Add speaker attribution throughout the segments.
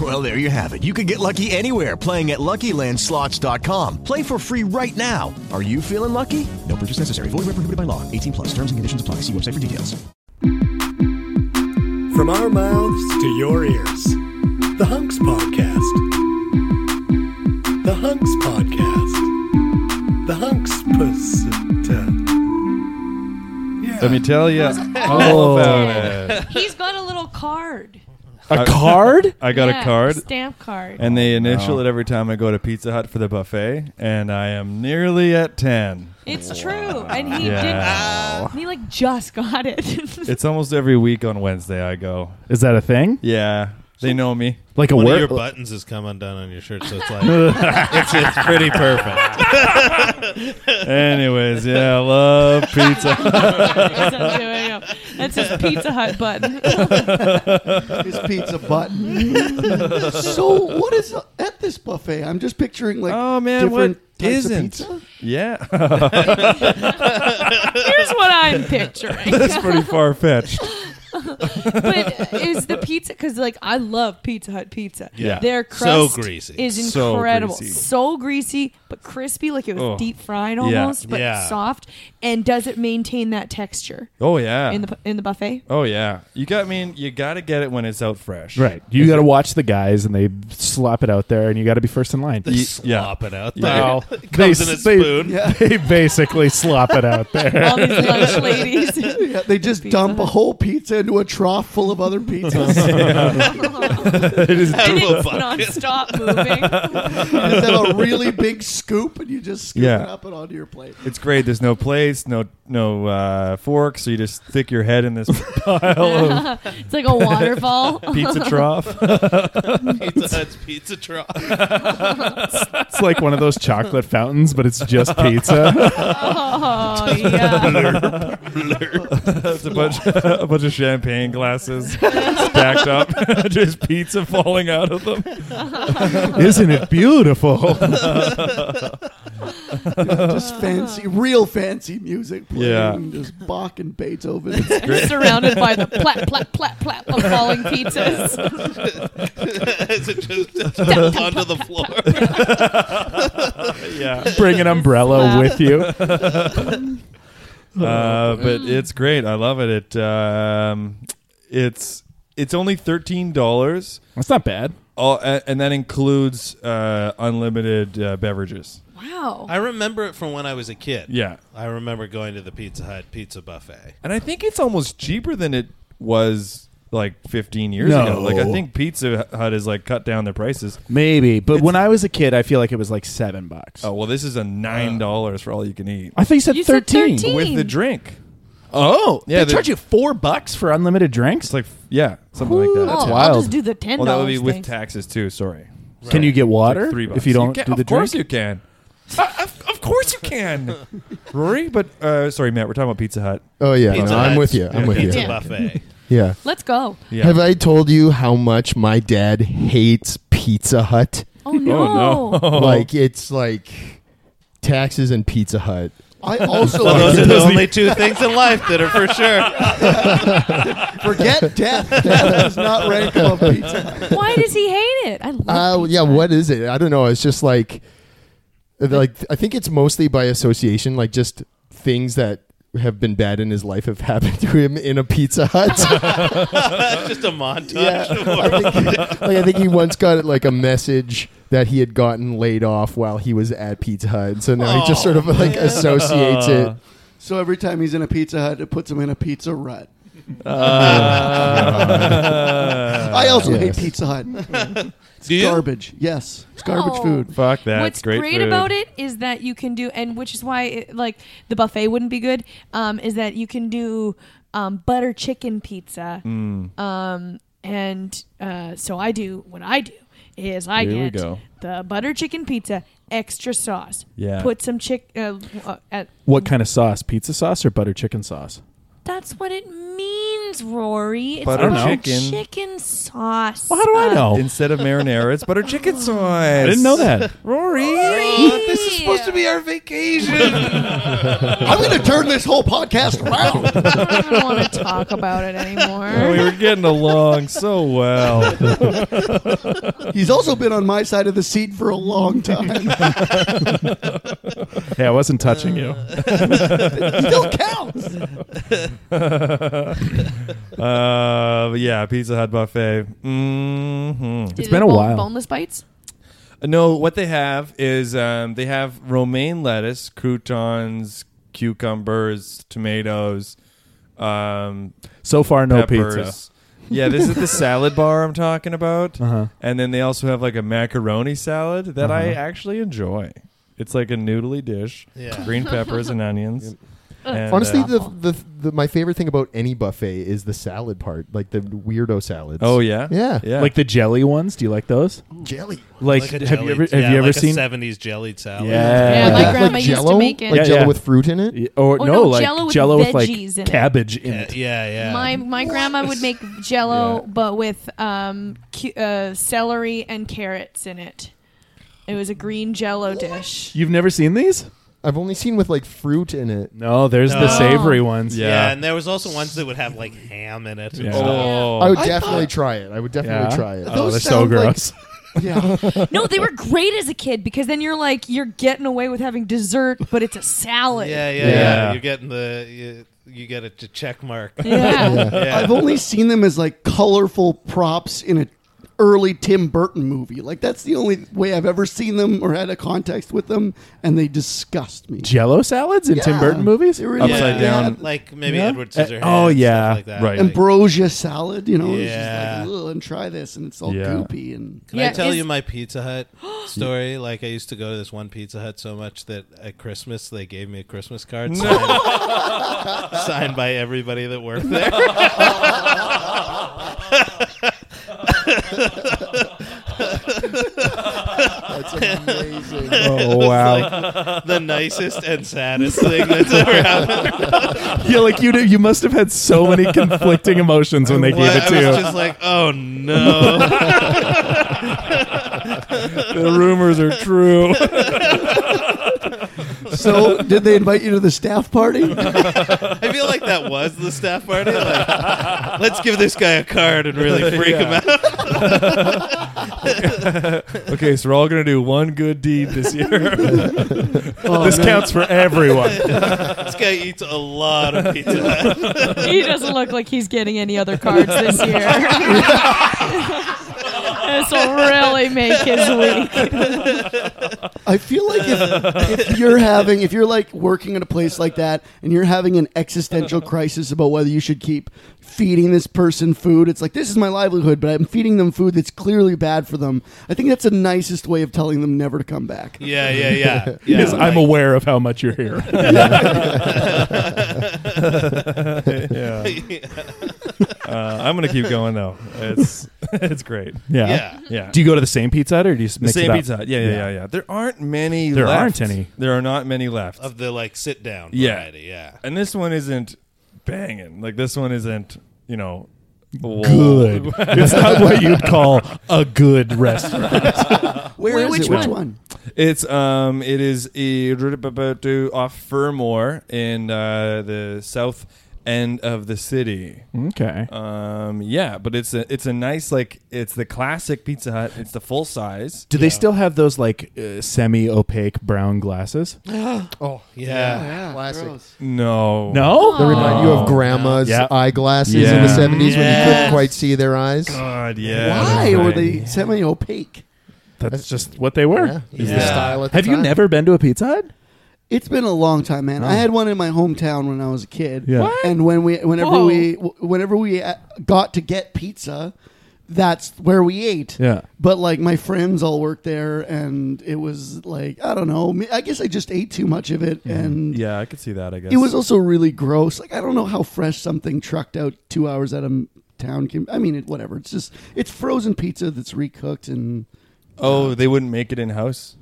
Speaker 1: Well, there you have it. You can get lucky anywhere playing at LuckyLandSlots.com. Play for free right now. Are you feeling lucky? No purchase necessary. Void where prohibited by law. 18 plus. Terms and conditions apply. See website for details.
Speaker 2: From our mouths to your ears, the Hunks Podcast. The Hunks Podcast. The Hunks Pusita. Yeah.
Speaker 3: Let me tell you all about it.
Speaker 4: He's got a little card.
Speaker 3: A card? I got
Speaker 4: Yeah,
Speaker 3: a card,
Speaker 4: Stamp card.
Speaker 3: and they
Speaker 5: Oh.
Speaker 3: initial it every time I go to Pizza Hut for the buffet, and I am nearly at 10.
Speaker 4: it's true. And he
Speaker 3: Yeah.
Speaker 4: did. He like just got it.
Speaker 3: It's almost every week on Wednesday I go.
Speaker 6: Is that a thing?
Speaker 3: Yeah, they know me.
Speaker 6: Like a
Speaker 5: One
Speaker 6: word?
Speaker 5: of your buttons has come undone on your shirt, so it's like it's, it's pretty perfect.
Speaker 3: Anyways, yeah, I love pizza.
Speaker 4: That's what I'm doing. That's his Pizza Hut button.
Speaker 7: his pizza button. so what is at this buffet? I'm just picturing like
Speaker 3: Oh, man,
Speaker 7: different
Speaker 3: what
Speaker 7: types
Speaker 3: isn't?
Speaker 7: of pizza.
Speaker 3: yeah,
Speaker 4: Here's what I'm picturing.
Speaker 3: that's pretty far fetched.
Speaker 4: but is the pizza because like I love Pizza Hut pizza.
Speaker 3: Yeah.
Speaker 4: their
Speaker 5: So
Speaker 4: crust
Speaker 5: greasy.
Speaker 4: is
Speaker 3: So
Speaker 4: incredible. So
Speaker 3: greasy.
Speaker 4: greasy. but crispy, like it was
Speaker 3: Oh.
Speaker 4: deep fried
Speaker 3: Yeah.
Speaker 4: almost, but
Speaker 5: Yeah.
Speaker 4: soft. And does it maintain that texture
Speaker 3: Oh yeah,
Speaker 4: in the in the buffet?
Speaker 3: oh yeah. You got I mean you got to get it when it's out fresh,
Speaker 6: right. You got to watch the guys, and they slap it out there, and you got to be first in line.
Speaker 5: They
Speaker 3: Ye- yeah.
Speaker 5: slop it out there.
Speaker 6: Well,
Speaker 5: it comes in a
Speaker 6: they-
Speaker 5: spoon.
Speaker 6: They basically slop it out there.
Speaker 4: All these lunch ladies.
Speaker 7: Yeah, they just dump a whole pizza into a trough full of other pizzas.
Speaker 4: And
Speaker 5: Apple
Speaker 4: it's
Speaker 5: bucket.
Speaker 4: nonstop moving.
Speaker 7: you just have a really big scoop, and you just scoop
Speaker 3: Yeah.
Speaker 7: it up and onto your plate.
Speaker 3: It's great. There's no plates, no no uh, forks, so you just stick your head in this pile of
Speaker 4: It's like a waterfall.
Speaker 3: pizza trough.
Speaker 5: Pizza Hut's pizza truck.
Speaker 6: It's like one of those chocolate fountains, but it's just pizza.
Speaker 4: Oh yeah.
Speaker 3: It's a bunch, a bunch of champagne glasses stacked up, just pizza falling out of them.
Speaker 6: Isn't it beautiful?
Speaker 7: Just fancy, real fancy music playing.
Speaker 3: Yeah.
Speaker 7: Just Bach and Beethoven.
Speaker 4: Surrounded by the plat plat plat plat of falling pizzas.
Speaker 5: As it just dumped onto the floor.
Speaker 3: Yeah,
Speaker 6: Bring an umbrella
Speaker 4: Slap.
Speaker 6: with you.
Speaker 3: uh, but it's great. I love it. It um, it's it's only thirteen dollars,
Speaker 6: That's not bad.
Speaker 3: and that includes uh, unlimited uh, beverages.
Speaker 4: Wow.
Speaker 5: I remember it from when I was a kid.
Speaker 3: Yeah,
Speaker 5: I remember going to the Pizza Hut pizza buffet.
Speaker 3: and I think it's almost cheaper than it was like 15 years
Speaker 6: No.
Speaker 3: ago. Like I think Pizza Hut has like cut down their prices.
Speaker 6: Maybe, but when I was a kid, I feel like it was like seven bucks.
Speaker 3: Oh well, this is a
Speaker 6: Uh.
Speaker 3: nine dollars for all you can eat
Speaker 6: I thought you said
Speaker 4: You said
Speaker 6: thirteen.
Speaker 4: 13.
Speaker 3: with the drink.
Speaker 6: Oh,
Speaker 3: Yeah,
Speaker 6: they
Speaker 3: the-
Speaker 6: charge you four bucks for unlimited drinks.
Speaker 3: It's like yeah, something like that.
Speaker 4: Oh,
Speaker 6: That's
Speaker 4: I'll
Speaker 6: wild.
Speaker 4: just do the ten
Speaker 3: Well, that would be
Speaker 4: dollars.
Speaker 3: with taxes too. Sorry,
Speaker 6: Can you get
Speaker 3: It's like
Speaker 6: water
Speaker 3: three bucks.
Speaker 6: if you don't
Speaker 3: can,
Speaker 6: do the
Speaker 3: Of course
Speaker 6: drink?
Speaker 3: you can. Uh, of, of course you can, Rory. But uh, sorry, Matt. We're talking about Pizza Hut.
Speaker 8: Oh yeah,
Speaker 5: Pizza
Speaker 8: no, I'm
Speaker 5: Hut's
Speaker 8: with you. I'm with
Speaker 5: pizza
Speaker 8: you.
Speaker 5: buffet.
Speaker 8: Yeah.
Speaker 4: Let's go.
Speaker 3: Yeah.
Speaker 8: Have I told you how much my dad hates Pizza Hut?
Speaker 4: Oh no.
Speaker 8: Like it's like taxes and Pizza Hut.
Speaker 7: I also
Speaker 5: Well, those are the only two things in life that are for sure.
Speaker 7: forget death. Death does not rank above pizza.
Speaker 4: Why does he hate it? I love.
Speaker 8: Uh, yeah, what is it? I don't know. It's just like, like I think it's mostly by association. Like just things that have been bad in his life have happened to him in a Pizza Hut.
Speaker 5: just a montage.
Speaker 8: yeah,
Speaker 5: of
Speaker 8: I think, like I think he once got like a message that he had gotten laid off while he was at Pizza Hut, so now he just sort of like associates it.
Speaker 7: So every time he's in a Pizza Hut, it puts him in a pizza rut.
Speaker 4: Uh,
Speaker 3: Ah.
Speaker 7: I also hate
Speaker 3: Yes.
Speaker 7: Pizza Hut. It's
Speaker 3: Do you?
Speaker 7: garbage. Yes, it's garbage
Speaker 4: No.
Speaker 7: food.
Speaker 3: Oh. Fuck that.
Speaker 4: What's great, about it is that you can do, and which is why it, like the buffet wouldn't be good, um, is that you can do um, butter chicken pizza.
Speaker 3: Mm.
Speaker 4: Um, and uh, so I do what I do is I
Speaker 3: Here we
Speaker 4: get
Speaker 3: go.
Speaker 4: the butter chicken pizza, extra sauce.
Speaker 6: Yeah.
Speaker 4: Put some chick. Uh, uh, uh,
Speaker 6: What kind of sauce? Pizza sauce or butter chicken sauce?
Speaker 4: that's what it means, Rory. It's
Speaker 3: Butter
Speaker 4: about
Speaker 3: chicken.
Speaker 4: chicken sauce.
Speaker 6: how do I
Speaker 4: Uh,
Speaker 6: know?
Speaker 3: Instead of marinara, it's butter chicken sauce.
Speaker 6: I didn't know that.
Speaker 3: Rory.
Speaker 4: this is supposed
Speaker 5: to be our vacation.
Speaker 7: I'm going to turn this whole podcast around.
Speaker 4: I don't want to talk about it anymore.
Speaker 3: Oh, we were getting along so well.
Speaker 7: He's also been on my side of the seat for a long time.
Speaker 6: Hey, I wasn't touching you.
Speaker 7: Still counts.
Speaker 3: uh, but yeah, Pizza Hut buffet. hmm
Speaker 4: Do they bone- Boneless bites.
Speaker 3: No, what they have is um, they have romaine lettuce, croutons, cucumbers, tomatoes. Um,
Speaker 6: So far, no
Speaker 3: peppers. Yeah, this is the salad bar I'm talking about.
Speaker 6: Uh-huh.
Speaker 3: And then they also have like a macaroni salad that I
Speaker 6: Uh-huh.
Speaker 3: actually enjoy. It's like a noodly dish,
Speaker 5: Yeah.
Speaker 3: green peppers and onions. And,
Speaker 8: Honestly,
Speaker 3: uh,
Speaker 8: the, the the my favorite thing about any buffet is the salad part, like the weirdo salads.
Speaker 3: Oh, yeah?
Speaker 8: yeah,
Speaker 3: Yeah.
Speaker 6: Like the jelly ones. Do you like those?
Speaker 7: Jelly.
Speaker 6: Like,
Speaker 5: Like
Speaker 6: have
Speaker 5: a jelly-
Speaker 6: you ever have
Speaker 5: yeah,
Speaker 6: you ever
Speaker 5: like a
Speaker 6: seen
Speaker 5: 70s jelly salad.
Speaker 6: Yeah,
Speaker 4: Yeah, my
Speaker 6: Like
Speaker 4: grandma used to
Speaker 8: Jell-O?
Speaker 4: make it.
Speaker 8: Like
Speaker 6: Yeah,
Speaker 8: Jello
Speaker 6: yeah.
Speaker 8: with fruit in it.
Speaker 6: Or,
Speaker 4: Or
Speaker 6: no,
Speaker 4: Oh, no,
Speaker 6: like
Speaker 4: Jell-O with
Speaker 6: Jello with like
Speaker 4: veggies in it.
Speaker 6: cabbage in
Speaker 5: Yeah,
Speaker 6: it.
Speaker 5: yeah, yeah.
Speaker 4: My my grandma would make Jello, but with um, cu- uh, celery and carrots in it. It was a green Jello dish.
Speaker 6: You've never seen these?
Speaker 8: I've only seen with like fruit in it.
Speaker 6: No, there's
Speaker 5: No.
Speaker 6: the savory
Speaker 4: Oh.
Speaker 6: ones.
Speaker 5: yeah. and there was also ones that would have like ham in it. and
Speaker 6: Yeah.
Speaker 5: stuff.
Speaker 3: Oh.
Speaker 8: I would
Speaker 7: I
Speaker 8: definitely
Speaker 7: thought-
Speaker 8: try it. I would definitely
Speaker 6: Yeah?
Speaker 8: try it.
Speaker 6: Oh, they're
Speaker 7: Those
Speaker 6: so
Speaker 7: sound like-
Speaker 6: gross.
Speaker 7: Yeah.
Speaker 4: No, they were great as a kid because then you're like you're getting away with having dessert, but it's a salad.
Speaker 5: yeah, yeah, yeah,
Speaker 6: Yeah.
Speaker 5: You're getting the you, you get a t- check mark.
Speaker 4: Yeah.
Speaker 5: Yeah.
Speaker 7: I've only seen them as like colorful props in a early Tim Burton movie. Like that's the only way I've ever seen them or had a context with them, and they disgust me.
Speaker 6: Jello salads in Tim
Speaker 7: Yeah.
Speaker 6: Burton movies?
Speaker 7: They really-
Speaker 3: Upside
Speaker 7: Yeah.
Speaker 3: down.
Speaker 5: like maybe
Speaker 6: Yeah.
Speaker 5: Edward
Speaker 6: Uh,
Speaker 5: Scissorhands.
Speaker 6: oh,
Speaker 5: stuff
Speaker 6: yeah.
Speaker 5: like that.
Speaker 3: Right.
Speaker 5: Like,
Speaker 7: Ambrosia salad, you know, it's
Speaker 5: Yeah.
Speaker 7: just like, "Ugh, and try this, and it's all
Speaker 3: Yeah.
Speaker 7: goopy and
Speaker 5: Can
Speaker 4: Yeah,
Speaker 5: I tell
Speaker 4: is-
Speaker 5: you my Pizza Hut story? Like, I used to go to this one Pizza Hut so much that at Christmas they gave me a Christmas card signed, signed by everybody that worked there.
Speaker 7: that's amazing.
Speaker 6: Oh wow!
Speaker 5: the nicest and saddest thing that's ever happened.
Speaker 6: yeah, like you you must have had so many conflicting emotions when they gave
Speaker 5: I
Speaker 6: it to you.
Speaker 5: was just like, oh no.
Speaker 3: the rumors are true.
Speaker 7: so, did they invite you to the staff party?
Speaker 5: I feel like that was the staff party. Like, let's give this guy a card and really freak him out.
Speaker 3: okay, so we're all gonna do one good deed this year.
Speaker 5: Oh,
Speaker 7: Oh,
Speaker 6: this counts for everyone.
Speaker 5: This guy eats a lot of Pizza Hut.
Speaker 4: he doesn't look like he's getting any other cards this year. this will really make his week.
Speaker 7: I feel like if, if you're having, if you're like working at a place like that and you're having an existential crisis about whether you should keep feeding this person food, it's like, this is my livelihood, but I'm feeding them food that's clearly bad for them. I think that's the nicest way of telling them never to come back.
Speaker 5: Yeah, yeah, yeah. yeah
Speaker 6: Because I'm
Speaker 5: like-
Speaker 6: aware of how much you're here. yeah.
Speaker 3: Uh, I'm gonna keep going though. It's it's great.
Speaker 6: yeah,
Speaker 5: Yeah.
Speaker 3: Yeah.
Speaker 6: Do you go to the same pizza hut or do you just
Speaker 3: The
Speaker 6: mix it
Speaker 3: same
Speaker 6: up?
Speaker 3: pizza. Hut. Yeah, yeah, yeah, yeah. There aren't many.
Speaker 6: There
Speaker 3: left.
Speaker 6: aren't any.
Speaker 3: There are not many left.
Speaker 5: Of the like sit down
Speaker 3: Yeah.
Speaker 5: variety, yeah.
Speaker 3: and this one isn't banging. Like this one isn't. You know, whoa.
Speaker 6: Good. it's not what you'd call a good restaurant.
Speaker 4: Wait,
Speaker 7: Where is
Speaker 4: which
Speaker 7: it? Which
Speaker 4: one?
Speaker 7: one?
Speaker 3: It's um, it is a off Furmore in uh, the south end of the city.
Speaker 6: Okay.
Speaker 3: Um, yeah, but it's a it's a nice like it's the classic Pizza Hut. It's the full size.
Speaker 6: Do they still have those like uh, semi-opaque brown glasses?
Speaker 8: Oh,
Speaker 5: Yeah.
Speaker 8: classic.
Speaker 3: No,
Speaker 6: No,
Speaker 8: They remind you of grandma's
Speaker 6: Yeah.
Speaker 8: eyeglasses in
Speaker 3: Yeah.
Speaker 8: the seventies when you couldn't
Speaker 5: Yes.
Speaker 8: quite see their eyes.
Speaker 3: God, yeah.
Speaker 7: Why
Speaker 3: that's
Speaker 7: were
Speaker 3: right.
Speaker 7: they semi opaque?
Speaker 6: That's just what they were.
Speaker 8: Yeah, it was the
Speaker 5: Yeah.
Speaker 8: style at the
Speaker 6: Have you
Speaker 8: time.
Speaker 6: never been to a Pizza Hut?
Speaker 3: It's been a long time, man.
Speaker 9: Oh.
Speaker 3: I had one in my hometown when I was a kid.
Speaker 9: Yeah. What?
Speaker 3: And when we, whenever
Speaker 9: Whoa.
Speaker 3: we, whenever we uh, got to get pizza, that's where we ate.
Speaker 10: Yeah.
Speaker 3: But like my friends all worked there, and it was like I don't know. I guess I just ate too much of it,
Speaker 5: Mm-hmm.
Speaker 3: and
Speaker 11: yeah, I could see that. I guess
Speaker 3: it was also really gross. Like I don't know how fresh something trucked out two hours out of m- town can. I mean, it, whatever. It's just it's frozen pizza that's recooked, and
Speaker 11: Oh, they wouldn't make it in house.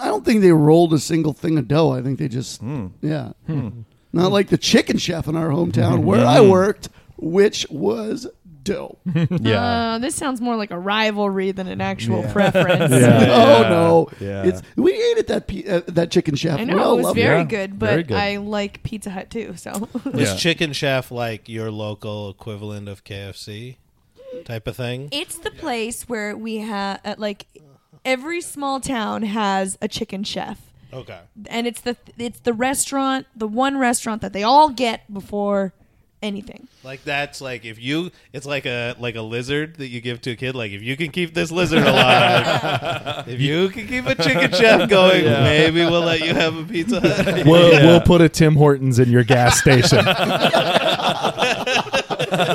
Speaker 3: I don't think they rolled a single thing of dough. I think they just yeah,
Speaker 11: Hmm.
Speaker 3: not like the chicken chef in our hometown where I worked, which was dough.
Speaker 7: Uh, this sounds more like a rivalry than an actual
Speaker 3: Yeah.
Speaker 7: preference.
Speaker 3: Oh no!
Speaker 11: Yeah.
Speaker 3: It's we ate at that pe- uh, that chicken chef.
Speaker 7: I
Speaker 3: we
Speaker 7: know
Speaker 3: all
Speaker 7: it was
Speaker 3: loved
Speaker 7: very
Speaker 3: it.
Speaker 7: good, but I like Pizza Hut too. So
Speaker 5: Was Chicken Chef like your local equivalent of KFC type of thing?
Speaker 4: It's the place where we have uh, like every small town has a chicken chef.
Speaker 5: Okay.
Speaker 4: And it's the it's the restaurant, the one restaurant that they all get before anything.
Speaker 5: Like that's like if you it's like a like a lizard that you give to a kid like if you can keep this lizard alive if you can keep a chicken chef going
Speaker 10: Yeah.
Speaker 5: maybe we'll let you have a pizza hut.
Speaker 10: We'll, we'll put a Tim Hortons in your gas station.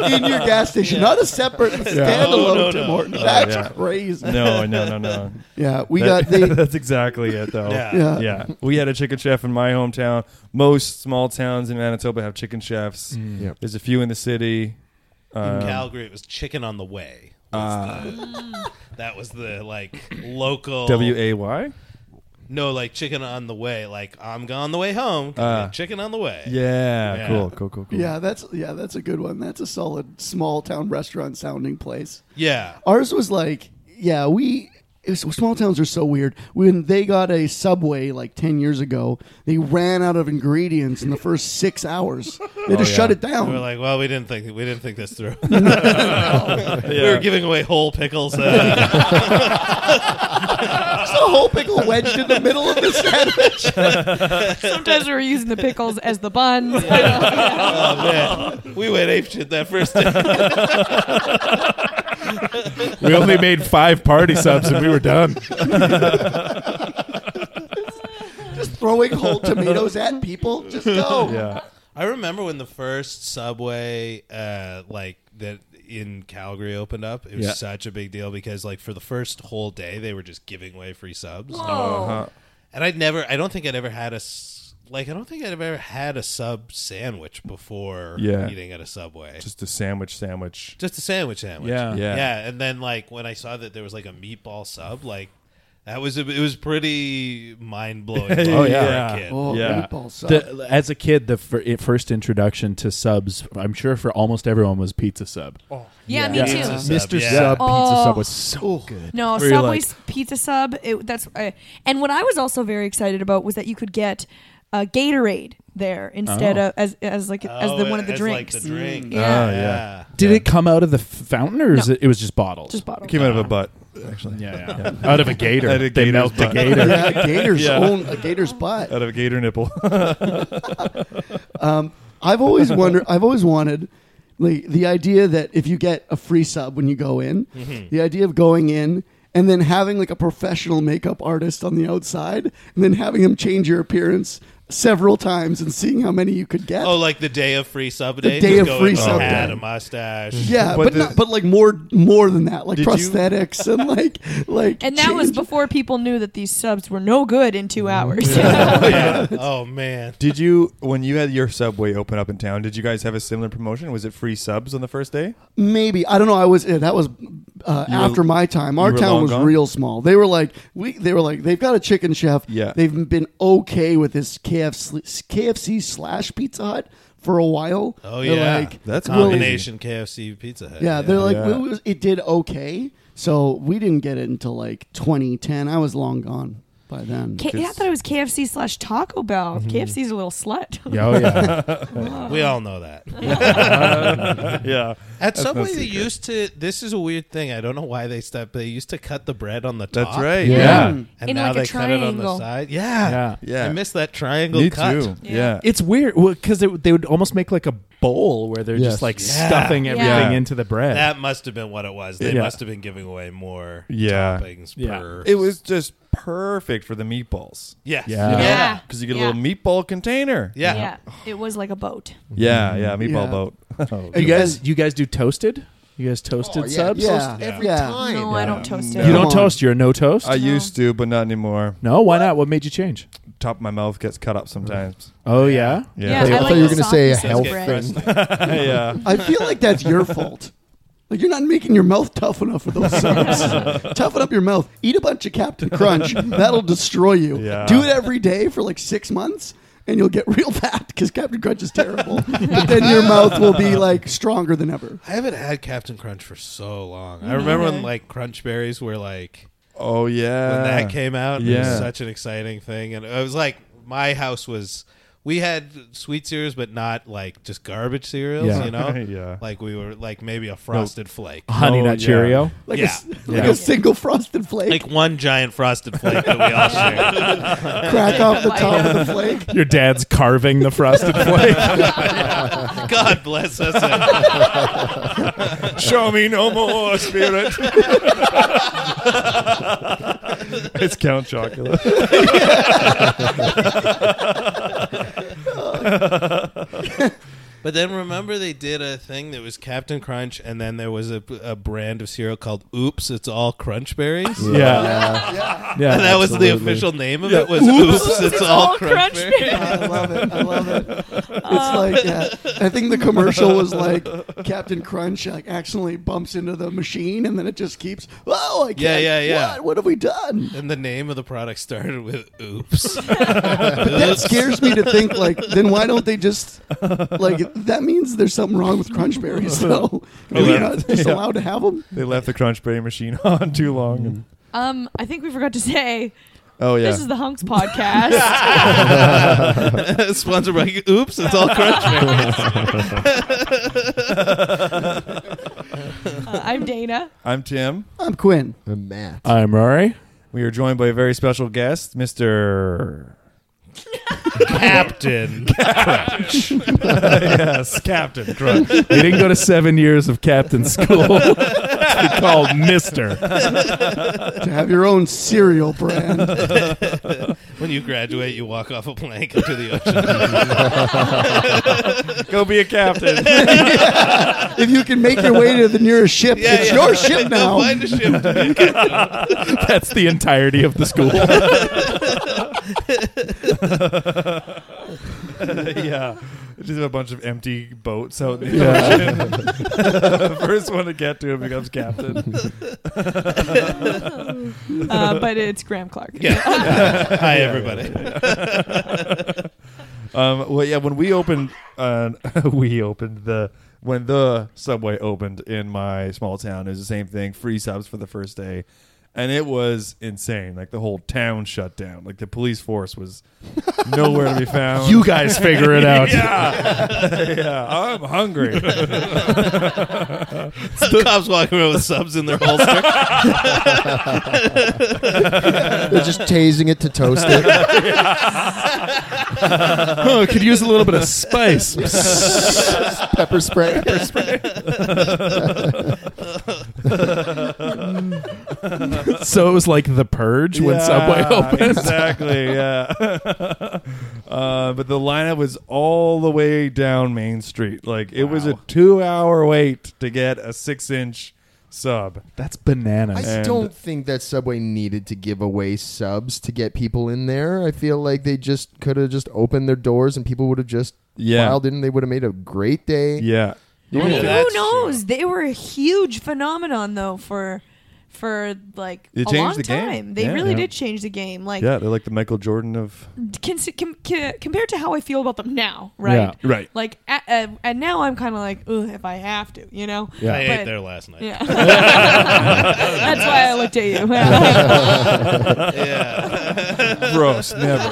Speaker 3: in your gas station, not a separate standalone Tim Hortons.
Speaker 11: Oh,
Speaker 3: That's
Speaker 11: yeah.
Speaker 3: crazy.
Speaker 11: No, no, no, no.
Speaker 3: Yeah, we
Speaker 11: That-
Speaker 3: got they,
Speaker 11: that's exactly it, though.
Speaker 3: Yeah. Yeah.
Speaker 11: We had a chicken chef in my hometown. Most small towns in Manitoba have chicken chefs.
Speaker 5: Mm. Yep.
Speaker 11: There's a few in the city.
Speaker 5: in
Speaker 11: Um, Uh,
Speaker 5: Calgary it was chicken on the way. Was the- that was the like local
Speaker 11: W A Y.
Speaker 5: No, like chicken on the way. Like I'm on the way home.
Speaker 11: Ah.
Speaker 5: chicken on the way.
Speaker 11: Yeah, cool, cool, cool, cool.
Speaker 3: Yeah, that's yeah, that's a good one. That's a solid small town restaurant sounding place.
Speaker 5: Yeah.
Speaker 3: Ours was like, yeah, we it was, small towns are so weird. When they got a subway like 10 years ago, they ran out of ingredients in the first 6 hours. They
Speaker 5: Oh,
Speaker 3: just shut
Speaker 5: yeah.
Speaker 3: it down.
Speaker 5: We were like, well, we didn't think we didn't think this through. We
Speaker 3: Yeah.
Speaker 5: were giving away whole pickles. uh,
Speaker 3: Just a whole pickle wedged in the middle of the sandwich.
Speaker 7: sometimes we were using the pickles as the buns.
Speaker 5: oh man, we went ape shit that first day.
Speaker 10: we only made five party subs and we were done.
Speaker 3: Just throwing whole tomatoes at people. Just go.
Speaker 5: I remember when the first subway, uh, like that in Calgary, opened up. It was
Speaker 11: Yeah.
Speaker 5: such a big deal because, like, for the first whole day, they were just giving away free subs.
Speaker 11: Whoa. Uh-huh.
Speaker 5: And I'd never, I don't think I'd ever had a, s- like, I don't think I'd ever had a sub sandwich before
Speaker 11: Yeah.
Speaker 5: eating at a subway.
Speaker 11: Just a sandwich, sandwich.
Speaker 5: Just a sandwich sandwich.
Speaker 11: Yeah.
Speaker 5: yeah.
Speaker 11: Yeah.
Speaker 5: And then like when I saw that there was like a meatball sub, like that was it was pretty mind blowing.
Speaker 11: Oh,
Speaker 3: Oh,
Speaker 6: The- as a kid, the fir- it- first introduction to subs, I'm sure for almost everyone was pizza sub. Oh,
Speaker 4: Yeah, me too.
Speaker 6: Mr.
Speaker 4: Yeah.
Speaker 6: Sub
Speaker 4: Oh.
Speaker 6: pizza sub was so good.
Speaker 4: No,
Speaker 6: Where you're like,
Speaker 4: Subway's pizza sub. It, that's uh, and what I was also very excited about was that you could get uh, Gatorade there instead
Speaker 6: Oh.
Speaker 4: of as as like as the one of the
Speaker 5: Oh, as, like,
Speaker 4: drinks.
Speaker 5: the drink.
Speaker 4: Yeah.
Speaker 6: Oh, yeah. Did it come out of the f- fountain or is it, it was just bottles?
Speaker 4: Just bottles.
Speaker 11: Came out of a butt, actually.
Speaker 6: Yeah, yeah. Out of a gator.
Speaker 11: Out of a
Speaker 6: They
Speaker 11: gator's
Speaker 6: milked a
Speaker 11: butt.
Speaker 6: gator. Yeah, a
Speaker 3: gator's own- a gator's butt.
Speaker 11: Out of a gator nipple.
Speaker 3: Um, I've always wondered. I've always wanted like the idea that if you get a free sub when you go in,
Speaker 12: Mhm.
Speaker 3: the idea of going in and then having like a professional makeup artist on the outside and then having him change your appearance several times and seeing how many you could get.
Speaker 5: Oh, like the day of free sub
Speaker 3: The
Speaker 5: day.
Speaker 3: day
Speaker 5: Just
Speaker 3: of
Speaker 5: go
Speaker 3: free
Speaker 5: in with
Speaker 3: sub
Speaker 5: a hat,
Speaker 3: day.
Speaker 5: a mustache.
Speaker 3: Yeah, but not, but like more more than that, like
Speaker 5: Did you-
Speaker 3: prosthetics and like like
Speaker 7: and that was before people knew that these subs were no good in two hours.
Speaker 5: Oh man.
Speaker 11: Did you when you had your subway open up in town, did you guys have a similar promotion? Was it free subs on the first day?
Speaker 3: Maybe I don't know. I was yeah, that was uh,
Speaker 11: You were-
Speaker 3: after my time.
Speaker 11: you
Speaker 3: Our
Speaker 11: were
Speaker 3: town
Speaker 11: long
Speaker 3: was
Speaker 11: gone?
Speaker 3: real small. They were like we. They were like they've got a chicken chef.
Speaker 11: Yeah.
Speaker 3: they've been okay with this KFC, KFC slash Pizza Hut for a while.
Speaker 5: Oh
Speaker 3: They're
Speaker 5: yeah.
Speaker 3: like,
Speaker 5: that's
Speaker 3: we'll-
Speaker 5: combination KFC Pizza Hut.
Speaker 3: yeah, they're like it, was- it did okay. So we didn't get it until like 2010. I was long gone by then.
Speaker 4: K- yeah, I thought it was KFC slash Taco Bell.
Speaker 3: Mm-hmm.
Speaker 4: KFC's a little slut.
Speaker 3: Yeah, oh, yeah.
Speaker 5: we all know that.
Speaker 11: Yeah.
Speaker 5: At
Speaker 11: That's no
Speaker 5: Subway, they
Speaker 11: secret.
Speaker 5: used to. This is a weird thing. I don't know why they stopped. They used to cut the bread on the top.
Speaker 11: That's right,
Speaker 3: Yeah. yeah.
Speaker 5: And
Speaker 4: In
Speaker 5: now
Speaker 4: like a
Speaker 5: they cut it on the
Speaker 4: triangle.
Speaker 5: side. Yeah.
Speaker 6: Yeah.
Speaker 5: I miss that triangle cut.
Speaker 6: It's weird because they, they would almost make like a bowl where they're
Speaker 5: Yes.
Speaker 6: just like
Speaker 5: Yeah.
Speaker 6: stuffing everything
Speaker 5: Yeah.
Speaker 6: into the bread.
Speaker 5: That must have been what it was. They
Speaker 6: Yeah.
Speaker 5: must have been giving away more
Speaker 11: Yeah.
Speaker 5: toppings per.
Speaker 11: It was just
Speaker 3: perfect for the meatballs.
Speaker 5: Yes.
Speaker 6: Yeah.
Speaker 5: Yeah.
Speaker 3: Because you get
Speaker 4: Yeah.
Speaker 3: a little meatball container.
Speaker 4: yeah. It was like a boat.
Speaker 3: Yeah, yeah, meatball
Speaker 6: Yeah.
Speaker 3: boat. Oh,
Speaker 6: you guys, you guys do toasted? You guys toasted
Speaker 7: yeah,
Speaker 6: subs?
Speaker 7: yeah. Every Yeah. time.
Speaker 4: No, I don't toast it.
Speaker 6: You don't toast. You're a no toast.
Speaker 3: I used to, but not anymore.
Speaker 6: No, why not? What made you change?
Speaker 3: Top of my mouth gets cut up sometimes.
Speaker 6: Oh yeah.
Speaker 3: Yeah.
Speaker 7: I,
Speaker 3: Yeah, I
Speaker 7: thought
Speaker 3: like
Speaker 7: you were
Speaker 3: the
Speaker 7: going to say a
Speaker 3: soft
Speaker 7: health
Speaker 3: bread.
Speaker 7: thing.
Speaker 3: Yeah.
Speaker 7: I feel like that's your fault. Like you're not making your mouth tough enough for those subs. Toughen up your mouth. Eat a bunch of Captain Crunch. That'll destroy you.
Speaker 3: Yeah.
Speaker 7: Do it every day for like six months, and you'll get real fat because Captain Crunch is terrible. but then your mouth will be like stronger than ever.
Speaker 5: I haven't had Captain Crunch for so long. I
Speaker 3: Mhm.
Speaker 5: remember when
Speaker 3: Okay.
Speaker 5: like Crunch Berries were like,
Speaker 3: Oh, yeah.
Speaker 5: when that came out, it was
Speaker 3: Yeah.
Speaker 5: such an exciting thing, and it was like my house was. We had sweet cereals, but not like just garbage cereals,
Speaker 6: Yeah.
Speaker 5: you know.
Speaker 6: Yeah.
Speaker 5: Like we were like maybe a frosted flake,
Speaker 6: Honey Nut Cheerio?
Speaker 7: Like,
Speaker 5: yeah.
Speaker 7: a, like a single frosted flake.
Speaker 5: like one giant frosted flake that we all share.
Speaker 7: Crack off the top of the flake.
Speaker 6: Your dad's carving the frosted flake.
Speaker 5: God bless us.
Speaker 3: Show me no more spirit. it's Count Chocula.
Speaker 5: But then remember they did a thing that was Captain Crunch, and then there was a, a brand of cereal called Oops, it's all Crunch Berries.
Speaker 6: Yeah. Yeah. Yeah. Yeah,
Speaker 5: and that was the
Speaker 6: absolutely.
Speaker 5: official name of
Speaker 6: Yeah.
Speaker 5: it was
Speaker 6: Oops,
Speaker 5: Oops, it's, all Crunch Berries.
Speaker 7: I love it. I love it. It's like yeah. I think the commercial was like Captain Crunch like accidentally bumps into the machine and then it just keeps. Oh, I can't.
Speaker 5: Yeah, yeah, yeah.
Speaker 7: What, what have we done?
Speaker 5: And the name of the product started with Oops.
Speaker 7: But that scares me to think like then why don't they just like that means there's something wrong with crunch berries though
Speaker 3: They
Speaker 7: we're not
Speaker 3: left-
Speaker 7: just
Speaker 3: yeah.
Speaker 7: allowed to have them
Speaker 3: They left the crunch berry machine on too long. And,
Speaker 4: Um, I think we forgot to say.
Speaker 3: Oh, yeah.
Speaker 4: This is the Hunks Uh, podcast.
Speaker 5: Sponsored by Oops, it's all Crunch Berries.
Speaker 4: Uh, I'm Dana.
Speaker 3: I'm Tim.
Speaker 7: I'm Quinn.
Speaker 8: I'm Matt.
Speaker 6: I'm Rory.
Speaker 3: We are joined by a very special guest, Mr.
Speaker 5: Captain
Speaker 3: Crunch. yes, Captain Crunch.
Speaker 6: you didn't go to seven years of captain school. to be called Mister.
Speaker 7: to have your own cereal brand.
Speaker 5: when you graduate, you walk off a plank into the ocean.
Speaker 3: Go be a captain.
Speaker 7: if you can make your way to the nearest ship,
Speaker 5: Yeah,
Speaker 7: it's
Speaker 5: yeah.
Speaker 7: your ship now.
Speaker 5: Find a ship to be a captain.
Speaker 6: That's the entirety of the school.
Speaker 3: yeah. Just a bunch of empty boats out in the
Speaker 6: Yeah.
Speaker 3: ocean. First one to get to it becomes captain.
Speaker 4: Uh, but it's Graham Clark.
Speaker 5: Yeah. Hi,
Speaker 3: Yeah,
Speaker 5: everybody.
Speaker 3: yeah, yeah. um, well, yeah, when we opened, uh, we opened the when the subway opened in my small town. It was the same thing, free subs for the first day, and it was insane. Like the whole town shut down. Like the police force was nowhere to be found.
Speaker 6: You guys figure it out.
Speaker 3: yeah, yeah. I'm hungry.
Speaker 5: Cops walking around with subs in their holster.
Speaker 8: They're just tasing it to toast it.
Speaker 6: oh, could use a little bit of spice.
Speaker 8: Pepper spray.
Speaker 6: Pepper spray. so it was like the purge when
Speaker 3: Yeah,
Speaker 6: Subway opened.
Speaker 3: exactly, yeah. uh, but the lineup was all the way down Main Street. Like it was a two-hour wait to get a six-inch sub.
Speaker 6: That's bananas.
Speaker 8: I don't think that Subway needed to give away subs to get people in there. I feel like they just could have just opened their doors and people would have just
Speaker 3: Yeah.
Speaker 8: filed in. They would have made a great day.
Speaker 3: Yeah.
Speaker 8: Yeah.
Speaker 4: Who
Speaker 8: That's
Speaker 4: knows? They were a huge phenomenon though for for like
Speaker 3: They
Speaker 4: a
Speaker 3: changed
Speaker 4: long
Speaker 3: the game.
Speaker 4: time. They
Speaker 3: Yeah.
Speaker 4: really
Speaker 3: Yeah.
Speaker 4: did change the game. Like
Speaker 3: yeah, they're like the Michael Jordan of
Speaker 4: con- com- com- compared to how I feel about them now, right?
Speaker 3: Yeah, right.
Speaker 4: Like, a uh, and now I'm kind of like, ugh, if I have to, you know.
Speaker 3: Yeah. I ate
Speaker 5: there last night.
Speaker 4: Yeah. That's why I looked at you.
Speaker 5: Yeah.
Speaker 3: Gross, never.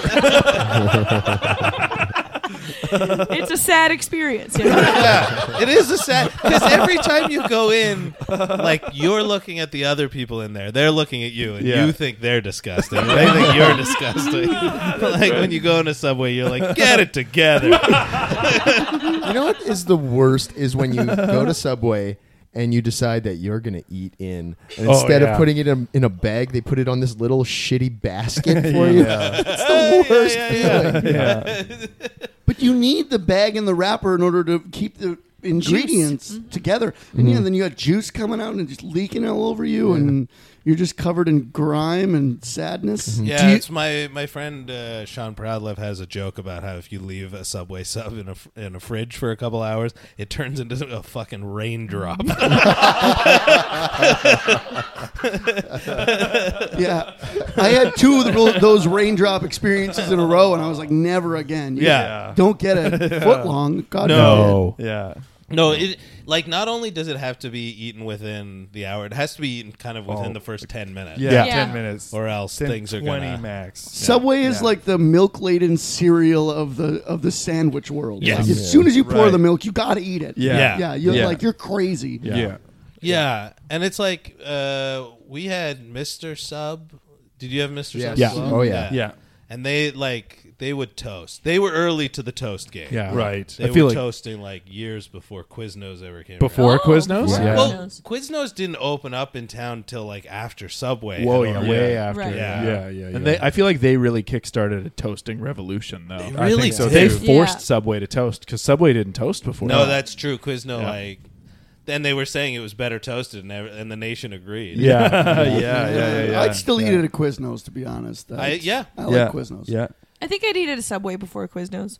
Speaker 4: it's a sad experience. You know?
Speaker 5: yeah, it is a sad because every time you go in, like you're looking at the other people in there, they're looking at you, and
Speaker 3: Yeah.
Speaker 5: you think they're disgusting. They think you're disgusting. like when you go in a subway, you're like, get it together.
Speaker 8: you know what is the worst is when you go to Subway and you decide that you're going to eat in. And
Speaker 6: Oh,
Speaker 8: instead
Speaker 6: yeah.
Speaker 8: of putting it in, in a bag, they put it on this little shitty basket for
Speaker 6: Yeah.
Speaker 8: you. It's the worst
Speaker 6: Yeah, yeah, yeah.
Speaker 8: feeling.
Speaker 7: But you need the bag and the wrapper in order to keep the ingredients together. And yeah,
Speaker 8: Mhm.
Speaker 7: then you got juice coming out and just leaking all over you, and you're just covered in grime and sadness.
Speaker 5: Yeah,
Speaker 7: Do you-
Speaker 5: it's my my friend uh, Sean Proudlove has a joke about how if you leave a Subway sub in a fr- in a fridge for a couple hours, it turns into a fucking raindrop.
Speaker 7: yeah, I had two of the, those raindrop experiences in a row, and I was like, never again. You
Speaker 5: Yeah.
Speaker 7: don't get a foot long. God
Speaker 6: No.
Speaker 7: forbid.
Speaker 3: Yeah.
Speaker 5: No, it like not only does it have to be eaten within the hour, it has to be eaten kind of within
Speaker 3: Oh,
Speaker 5: the first ten minutes.
Speaker 3: yeah, Yeah. 10 minutes.
Speaker 5: or else
Speaker 3: 10,
Speaker 5: things are
Speaker 3: 20
Speaker 5: gonna
Speaker 3: max.
Speaker 7: Subway is like the milk laden cereal of the of the sandwich world.
Speaker 5: Yes.
Speaker 7: Like, as soon as you pour
Speaker 5: Right.
Speaker 7: the milk, you got to eat it.
Speaker 5: Yeah. Yeah.
Speaker 7: yeah. You're
Speaker 5: Yeah.
Speaker 7: like you're crazy.
Speaker 5: Yeah. Yeah. Yeah, and it's like uh, we had Mister Sub. Did you have Mister
Speaker 8: Yes.
Speaker 5: Sub?
Speaker 8: Yeah.
Speaker 5: as well?
Speaker 8: Oh, yeah. Yeah.
Speaker 5: And they like they would toast. They were early to the toast game.
Speaker 6: Yeah. Right.
Speaker 5: They
Speaker 6: I feel
Speaker 5: were
Speaker 6: like-
Speaker 5: toasting like years before Quiznos ever came.
Speaker 6: Before
Speaker 5: around.
Speaker 6: Oh, Quiznos? before Yeah.
Speaker 5: Well, Quiznos didn't open up in town till like after Subway.
Speaker 6: Whoa,
Speaker 5: had
Speaker 6: yeah,
Speaker 5: opened.
Speaker 6: way after. Yeah. yeah, And they, I feel like they really kickstarted a toasting revolution, though. I
Speaker 5: really
Speaker 6: think so.
Speaker 5: did.
Speaker 6: They
Speaker 5: Yeah.
Speaker 6: forced Subway to toast because Subway didn't toast before.
Speaker 5: No, that's true. Quizno
Speaker 6: Yeah.
Speaker 5: like. Then they were saying it was better toasted, and, ev- and the nation agreed.
Speaker 6: Yeah.
Speaker 3: Yeah, yeah, yeah,
Speaker 7: I'd still eat
Speaker 3: yeah.
Speaker 7: it at Quiznos to be honest.
Speaker 5: I-
Speaker 7: That's-
Speaker 5: yeah.
Speaker 7: I like
Speaker 6: Yeah.
Speaker 7: Quiznos.
Speaker 6: Yeah.
Speaker 4: I think I'd eat at a Subway before Quiznos.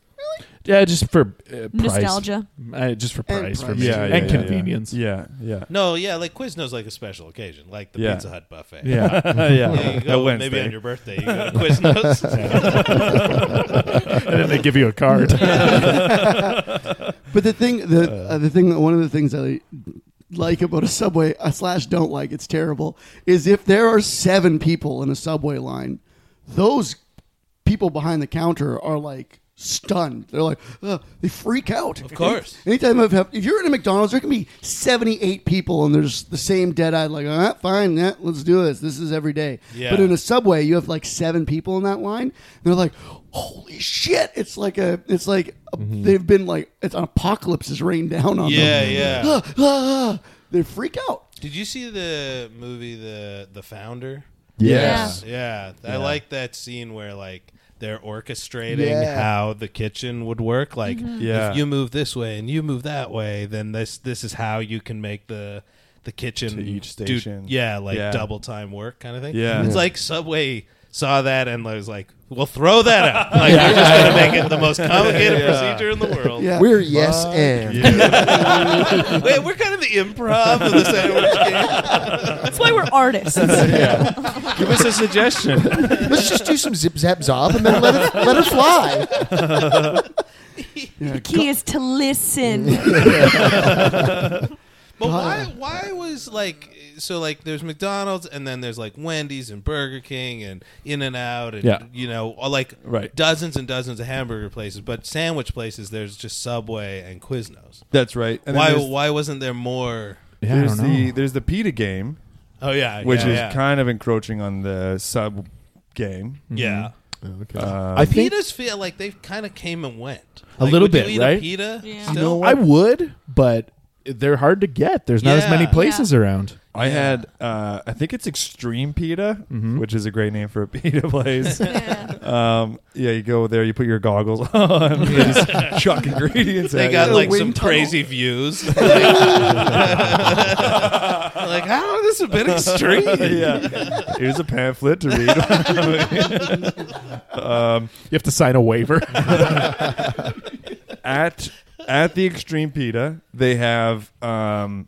Speaker 6: Yeah, just for uh, price.
Speaker 4: Nostalgia.
Speaker 6: Uh, just for
Speaker 4: And
Speaker 6: price, for
Speaker 4: price.
Speaker 6: me.
Speaker 4: Yeah,
Speaker 6: and
Speaker 3: yeah, yeah.
Speaker 6: convenience.
Speaker 3: Yeah, yeah.
Speaker 5: No, yeah, like Quiznos, like a special occasion, like the
Speaker 3: Yeah.
Speaker 5: Pizza Hut buffet.
Speaker 3: Yeah. Yeah.
Speaker 5: you
Speaker 3: A
Speaker 5: go, maybe
Speaker 3: Wednesday.
Speaker 5: on your birthday, you go to Quiznos,
Speaker 6: And then they give you a card.
Speaker 7: but the thing, the uh, the thing, one of the things I like about a subway uh, slash don't like, it's terrible, is if there are seven people in a subway line, those people behind the counter are like stunned. They're like, uh, they freak out. Of
Speaker 5: course.
Speaker 7: Anytime I've had, if you're in a McDonald's, there can be 78 people and there's the same dead eye, like, ah, fine, yeah, let's do this. This is every day.
Speaker 5: Yeah.
Speaker 7: But in a subway, you have like seven people in that line. They're like, holy shit. It's like a, it's like, a- they've been like, it's
Speaker 3: uh,
Speaker 7: an apocalypse has rained down on
Speaker 5: Yeah,
Speaker 7: them.
Speaker 5: yeah.
Speaker 7: Ah, ah, ah. They freak out.
Speaker 5: Did you see the movie the the founder?
Speaker 7: Yes.
Speaker 5: Yeah, I
Speaker 7: Yeah.
Speaker 5: like that scene where like they're orchestrating
Speaker 3: Yeah.
Speaker 5: how the kitchen would work. Like,
Speaker 3: Mhm. Yeah.
Speaker 5: if you move this way and you move that way, then this this is how you can make the the kitchen
Speaker 3: To each
Speaker 5: do-
Speaker 3: station.
Speaker 5: yeah, like
Speaker 3: Yeah.
Speaker 5: double time work kind of thing.
Speaker 3: Yeah.
Speaker 5: it's
Speaker 3: Yeah.
Speaker 5: like Subway saw that and was like, "We'll throw that out. Like,
Speaker 3: Yeah.
Speaker 5: we're just gonna make it the most complicated
Speaker 3: Yeah.
Speaker 5: procedure in the world.
Speaker 3: Yeah.
Speaker 8: We're yes
Speaker 3: Fuck
Speaker 8: and.
Speaker 5: you. Wait, we're kind of the improv of the sandwich game.
Speaker 4: That's why we're artists.
Speaker 8: Yeah.
Speaker 3: Give us a suggestion.
Speaker 8: Let's just do some zip zap zob and then let it let it fly.
Speaker 4: The key is to listen.
Speaker 5: But why? Why was like so? Like, there's McDonald's, and then there's like Wendy's and Burger King and In and Out, and
Speaker 6: Yeah.
Speaker 5: you know, or, like dozens and dozens of hamburger places. But sandwich places, there's just Subway and Quiznos.
Speaker 3: That's right. And then
Speaker 5: why?
Speaker 3: there's-
Speaker 5: Why wasn't there more?
Speaker 3: there's the there's the PETA game.
Speaker 5: Oh, yeah,
Speaker 3: which
Speaker 5: yeah,
Speaker 3: is
Speaker 5: yeah.
Speaker 3: kind of encroaching on the sub game.
Speaker 5: Yeah.
Speaker 3: Okay.
Speaker 5: I pitas feel like they kind of came and went
Speaker 6: a
Speaker 5: Like,
Speaker 6: little
Speaker 5: would you
Speaker 6: bit,
Speaker 5: eat a
Speaker 6: right?
Speaker 5: pita
Speaker 6: You
Speaker 5: still?
Speaker 6: know what? I would, but they're hard to get. There's not as many
Speaker 3: Yeah.
Speaker 6: places around.
Speaker 3: I had, uh, I think it's Extreme Pita,
Speaker 5: Mm-hmm.
Speaker 6: Mhm.
Speaker 3: which is a great name for a pita place. yeah. Um, yeah, you go there, you put your goggles on, they just chuck ingredients.
Speaker 5: They
Speaker 3: at
Speaker 5: got
Speaker 3: you.
Speaker 5: like some crazy views. like, like, how this has been extreme.
Speaker 3: yeah. Here's a pamphlet to read. um,
Speaker 6: You have to sign a waiver.
Speaker 3: at at the extreme pita they have um,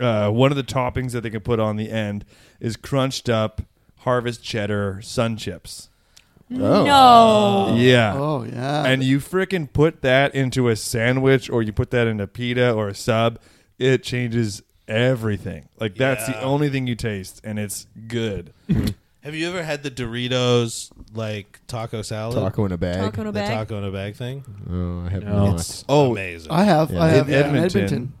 Speaker 3: uh, one of the toppings that they can put on the end is crunched up harvest cheddar sun chips
Speaker 7: Oh. No.
Speaker 3: yeah
Speaker 7: Oh, yeah.
Speaker 3: and you frickin' put that into a sandwich or you put that in a pita or a sub it changes everything like that's the only thing you taste and it's good
Speaker 5: Have you ever had the Doritos like taco salad?
Speaker 8: Taco in a bag. Taco in
Speaker 5: the
Speaker 8: a bag?
Speaker 5: taco in a bag thing.
Speaker 8: Oh, I have
Speaker 5: No.
Speaker 8: not.
Speaker 5: It's
Speaker 8: Oh,
Speaker 5: amazing.
Speaker 7: I have. I have. yeah, in Edmonton.